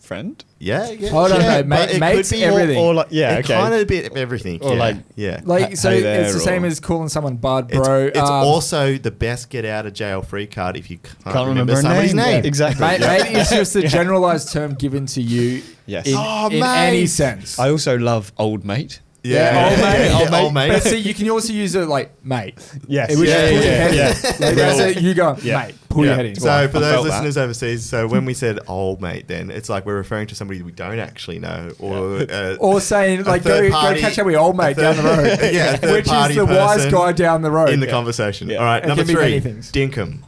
S3: friend.
S1: Yeah, yeah.
S2: Oh, no,
S1: yeah,
S2: no, mate-
S1: but it
S2: mate's
S1: could be
S2: everything.
S1: All,
S3: Or like, yeah, okay.
S1: kind of a bit of everything.
S3: Or
S1: yeah,
S3: like-
S1: yeah.
S2: Like, so
S3: Hey there,
S2: it's the same
S3: or-
S2: as calling someone bud,
S1: It's,
S2: bro.
S1: it's
S2: um,
S1: also the best get out of jail free card if you can't,
S3: Can't
S1: remember,
S3: remember a
S1: somebody's
S3: name.
S1: name.
S3: Yeah, exactly.
S2: Mate,
S3: Yeah.
S2: mate, it's just a generalized term given to you
S3: Yes.
S2: in,
S1: Oh,
S2: in
S1: mate.
S2: any sense.
S3: I also love old mate.
S2: Yeah, old mate,
S1: Yeah,
S2: old
S1: old mate.
S2: But see, you can also use it like mate.
S3: Yes.
S2: It would
S3: Yeah,
S2: just pull
S3: yeah,
S2: your head in.
S3: yeah, yeah.
S2: Like,
S3: Yeah.
S2: that's it, you go,
S3: Yeah.
S2: mate, pull
S3: Yeah.
S2: your head in.
S1: So, for
S3: I
S1: those
S3: felt that.
S1: listeners overseas, so when we said old mate, then it's like we're referring to somebody we don't actually know, or uh,
S2: or saying like
S1: third
S2: go,
S1: party-
S2: go catch up with your old mate down the road.
S1: yeah, a third
S2: which
S1: party
S2: is the wise
S1: person
S2: guy down the road.
S1: in the
S2: Yeah.
S1: conversation.
S3: Yeah.
S1: All right,
S2: Oh, It
S1: number
S2: can be
S1: three,
S2: many things.
S1: dinkum.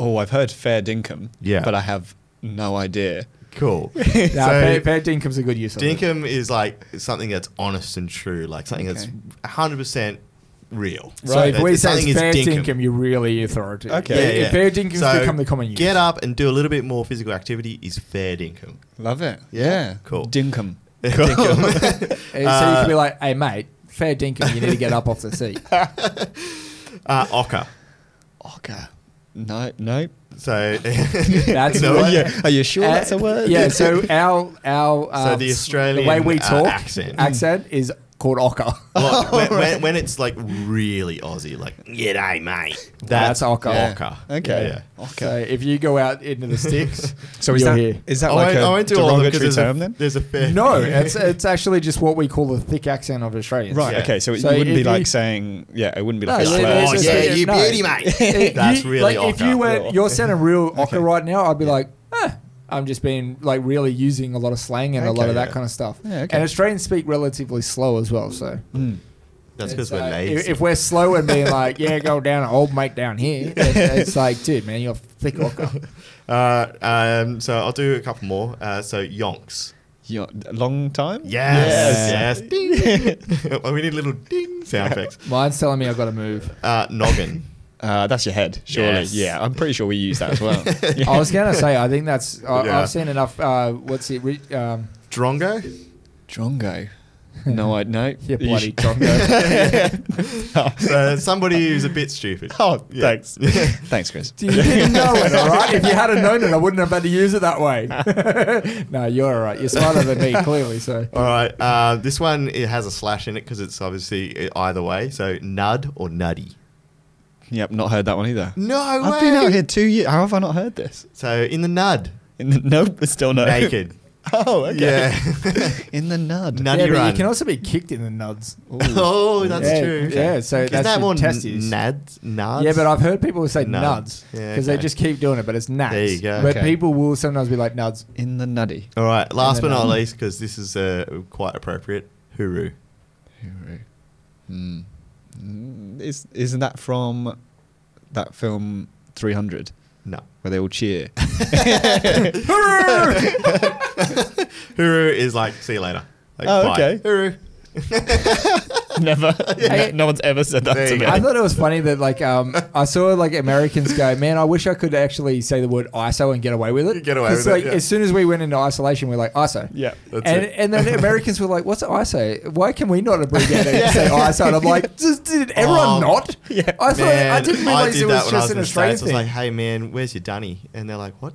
S3: Oh, I've heard fair dinkum.
S1: Yeah.
S3: But I have no idea.
S1: Cool.
S2: Nah,
S1: So-
S2: fair, fair dinkum's a good use of it.
S1: Dinkum is like something that's honest and true, like something that's
S3: Okay.
S1: 100% real.
S2: So if
S1: That-
S2: we
S1: that
S2: say
S1: something
S2: it's
S1: is
S2: fair dinkum. you're really authoritative.
S3: Okay.
S2: Yeah,
S3: Yeah,
S2: if fair dinkum's
S1: So
S2: become the common use.
S1: Get up and do a little bit more physical activity is fair dinkum.
S3: Love it.
S1: Yeah.
S3: Yeah.
S1: Cool.
S3: Dinkum.
S1: Dinkum.
S2: Uh, so you can be like, hey mate, fair dinkum, you need to get up off the seat.
S1: uh, ochre.
S3: Okay. No, no.
S1: So
S2: That's
S1: No,
S2: what-
S1: yeah.
S3: Yeah. Are you sure
S2: Uh,
S3: that's a word?
S2: Yeah, so our our uh,
S1: So the Australian
S2: the way we
S1: uh,
S2: talk
S1: accent.
S2: accent is called ochre.
S1: Well, when, when, when it's like really Aussie, like g'day mate.
S2: That's ochre.
S3: Yeah.
S1: ochre.
S3: Okay.
S1: Yeah.
S2: So
S3: Okay.
S2: if you go out into the sticks,
S3: So is
S2: you'll
S3: that is
S2: hear.
S3: that
S1: Oh, I
S3: like
S1: won't- I
S3: a
S1: won't do all of them 'cause
S3: derogatory
S1: there's a-
S3: term then?
S1: There's a fair.
S2: No, it's it's actually just what we call the thick accent of Australians.
S3: Right.
S1: Yeah.
S3: Okay. So it
S2: So
S3: wouldn't be
S2: if
S3: like
S2: you-
S3: saying yeah. It wouldn't be
S2: No,
S3: like a
S2: yeah,
S3: slur.
S1: oh
S2: it's
S1: yeah,
S2: just-
S1: you
S2: no.
S1: beauty mate.
S2: If
S1: That's
S2: you-
S1: really
S2: like
S1: ochre.
S2: if you were
S3: Real
S2: you're sounding real ochre right now, I'd be
S1: Yeah.
S2: like, eh, I'm just being like really using a lot of slang and a lot
S3: Okay,
S2: of that
S1: yeah.
S2: kind of stuff.
S3: Yeah, okay.
S2: And Australians speak relatively slow as well, so
S3: Mm.
S1: That's
S2: It's,
S1: because we're
S2: uh,
S1: lazy.
S2: If, if we're slow and being like, yeah, go down, old mate down here, it's, it's like, dude, man, you're thick orca.
S1: Uh, um, so I'll do a couple more. Uh, so yonks.
S3: Yo- long time.
S1: Yes. Yes. Ding. well, we need little ding sound effects.
S2: Mine's telling me I've got to move.
S1: Uh, noggin.
S3: Uh, that's your head, surely.
S1: Yes.
S3: Yeah, I'm pretty sure we use that as well.
S2: I was going to say, I think that's, I,
S1: Yeah.
S2: I've seen enough, uh, what's it, re- um,
S1: Drongo.
S3: Drongo. No, I no.
S2: yeah,
S3: You
S2: bloody
S3: sh-
S2: drongo.
S1: So somebody who's a bit stupid.
S3: oh,
S1: Yeah.
S3: thanks. thanks, Chris.
S2: Dude, you didn't know it, all right? If you hadn't known it, I wouldn't have had to use it that way. no, you're all right. You're smarter than me, clearly, so.
S1: All right. Uh, this one it has a slash in it because it's obviously uh, either way. So nud or nutty.
S3: Yep, not heard that one either.
S1: No
S3: I've been out here two years. How have I not heard this?
S1: So in the nud,
S3: In the, nope, it's still no.
S1: naked.
S3: Oh, okay.
S1: Yeah.
S3: In the nud.
S1: Nutty
S2: yeah, but
S1: run.
S2: you can also be kicked in the nuds.
S1: oh, that's
S2: yeah,
S1: true.
S2: Yeah, so
S1: Isn't
S2: that's
S1: that more
S2: your testes.
S1: nads? Nads?
S2: Yeah, but I've heard people say
S1: Nuds.
S2: nuds because
S1: Yeah,
S2: they
S1: okay.
S2: just keep doing it, but it's nuts.
S1: There you go.
S2: But
S3: Okay.
S2: people will sometimes be like nuds.
S3: In the nutty.
S1: All right. Last but
S2: then,
S1: not
S2: um,
S1: least, because this is uh, quite appropriate. Huru.
S3: Hmm. Mm, Is, isn't that from that film 300
S1: No.
S3: where they all cheer?
S1: Huru is like, see you later. Like,
S3: Oh,
S1: bye.
S3: okay.
S1: Huru.
S3: Never.
S2: Yeah.
S3: No one's ever said that
S1: There
S3: to
S1: you
S3: me.
S1: go.
S2: I thought it was funny that like um, I saw like Americans go, man, I wish I could actually say the word ISO and get away with it.
S1: Get away
S2: 'Cause,
S1: with it,
S2: like,
S1: yeah.
S2: As soon as we went into isolation, we're like ISO.
S3: Yeah.
S1: That's
S2: and,
S1: it.
S2: and then the Americans were like, "What's ISO? Why can we not abbreviate it and say ISO?" And I'm like, "Just- "Did everyone
S1: Oh,
S2: not?"
S3: yeah.
S2: I thought I
S1: Man,
S2: didn't realize
S1: did
S2: it
S1: that
S2: was
S1: when I
S2: just an
S1: in the
S2: Australian
S1: States. I was
S2: thing.
S1: like, hey, man, where's your dunny? And they're like, what?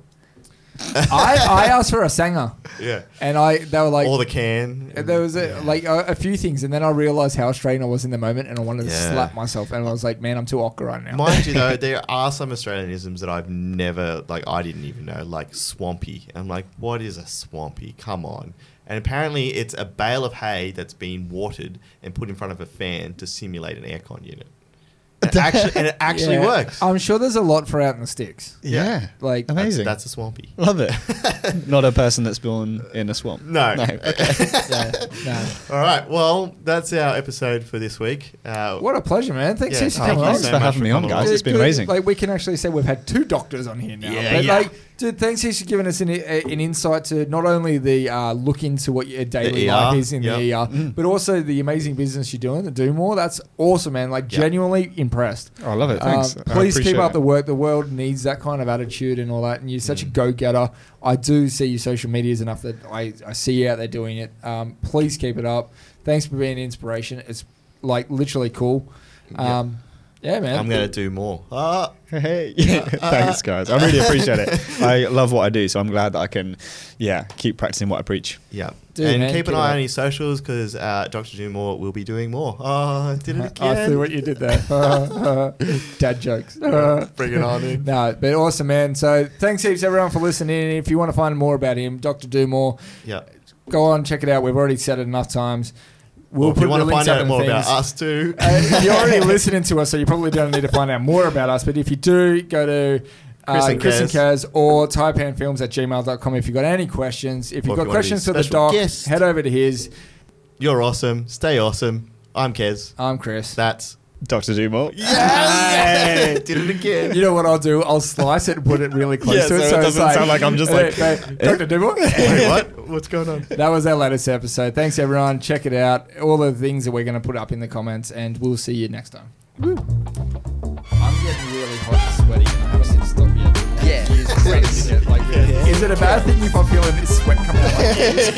S2: I, I asked for a sanger,
S1: Yeah.
S2: and I they were like,
S1: or the can.
S2: And There was a, like a, a few things, and then I realized how Australian I was in the moment, and I wanted to
S1: Yeah.
S2: slap myself, and I was like, "Man, I'm too awkward right now."
S1: Mind you, though, there are some Australianisms that I've never, like, I didn't even know, like swampy. I'm like, what is a swampy? Come on. And apparently, it's a bale of hay that's been watered and put in front of a fan to simulate an aircon unit. It actually, and it actually
S2: Yeah.
S1: works.
S2: I'm sure there's a lot for out in the sticks.
S1: Yeah.
S3: Yeah.
S2: Like-
S1: That's-
S3: Oh, amazing.
S1: That's, a swampy.
S3: Love it. Not a person that's born in a swamp.
S1: No.
S3: Okay.
S2: Yeah, no.
S1: All right. Well, that's our episode for this week. Uh,
S2: What a pleasure, man! Thanks
S1: Yeah,
S2: heaps for
S1: thank
S2: coming
S1: you
S2: on.
S1: so
S3: Thanks for
S1: much
S3: having me on,
S1: coming
S3: guys.
S2: Dude,
S3: It's been
S2: good-
S3: amazing.
S2: Like we can actually say we've had two doctors on here now.
S1: Yeah,
S2: but
S1: yeah.
S2: like, dude, thanks heaps for giving us an, a- an insight to not only the uh, look into what your daily
S1: The ER,
S2: life is in
S1: yep.
S2: the ER,
S1: Mm.
S2: but also the amazing business you're doing, the Do More. That's awesome, man! Like
S1: Yeah.
S2: genuinely impressed.
S3: Oh, I love
S1: uh,
S3: it. Thanks.
S2: Um,
S3: I
S2: please keep
S3: appreciate
S2: up
S3: it.
S2: the work. The world needs that kind of attitude and all that. And you're such
S1: Mm.
S2: a go-getter. I do see your social medias enough that I, I see you out there doing it. Um, please keep it up. Thanks for being an inspiration. It's like literally cool. Um, Yeah, man.
S1: I'm going to do more. Uh,
S3: Hey. Thanks, guys. I really appreciate it. I love what I do, so I'm glad that I can, yeah, keep practicing what I preach.
S1: yeah.
S2: Dude,
S1: and
S2: man,
S1: keep an
S2: keep it
S1: eye
S2: up.
S1: on his socials because uh, Dr. Do More will be doing more. Oh, I did it again.
S2: I see what you did there. Dad jokes.
S1: Bring it on in.
S2: No, but awesome, man. So thanks heaps, everyone, for listening. If you want to find more about him, Dr. Do More,
S1: Yeah.
S2: go on, check it out. We've already said it enough times.
S1: Well,
S2: We'll
S1: if
S2: put
S1: you want
S2: the
S1: to
S2: links
S1: find
S2: up
S1: out
S2: in
S1: more about
S2: things.
S1: us too,
S2: Uh, you're already listening to us, so you probably don't need to find out more about us. But if you do, go to uh,
S1: Chris and
S2: Chris and
S1: Kaz.
S2: Kaz or taipanfilms at gmail.com if you've got any questions. If
S1: Or
S2: you've
S1: if
S2: got
S1: you wanna be
S2: questions for the
S1: special
S2: doc,
S1: guest.
S2: head over to his.
S1: you're awesome. Stay awesome. I'm Kez.
S2: I'm Chris.
S1: That's.
S3: Dr. Dumo.
S1: Yes! did it again.
S2: You know what I'll do? I'll slice it and put it really close
S3: Yeah,
S2: to it.
S3: so it
S2: So, it's
S3: doesn't
S2: like,
S3: sound like I'm just like,
S2: Hey, hey, Dr. Dibble.
S1: Wait, what? What's going on?
S2: that was our latest episode. Thanks, everyone. Check it out. All the things that we're going to put up in the comments, and we'll see you next time. I'm getting really hot and sweaty, and I haven't stop yet.
S4: Yeah, Chris.
S2: Is it a bad thing if I'm feeling this sweat coming out? my ears?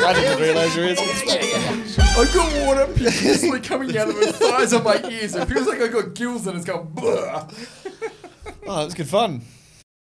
S3: I didn't realize you were.
S2: I got water profusely coming out of my thighs on my ears. It feels like I got gills and it's going. Bleh.
S3: Oh, that was good fun.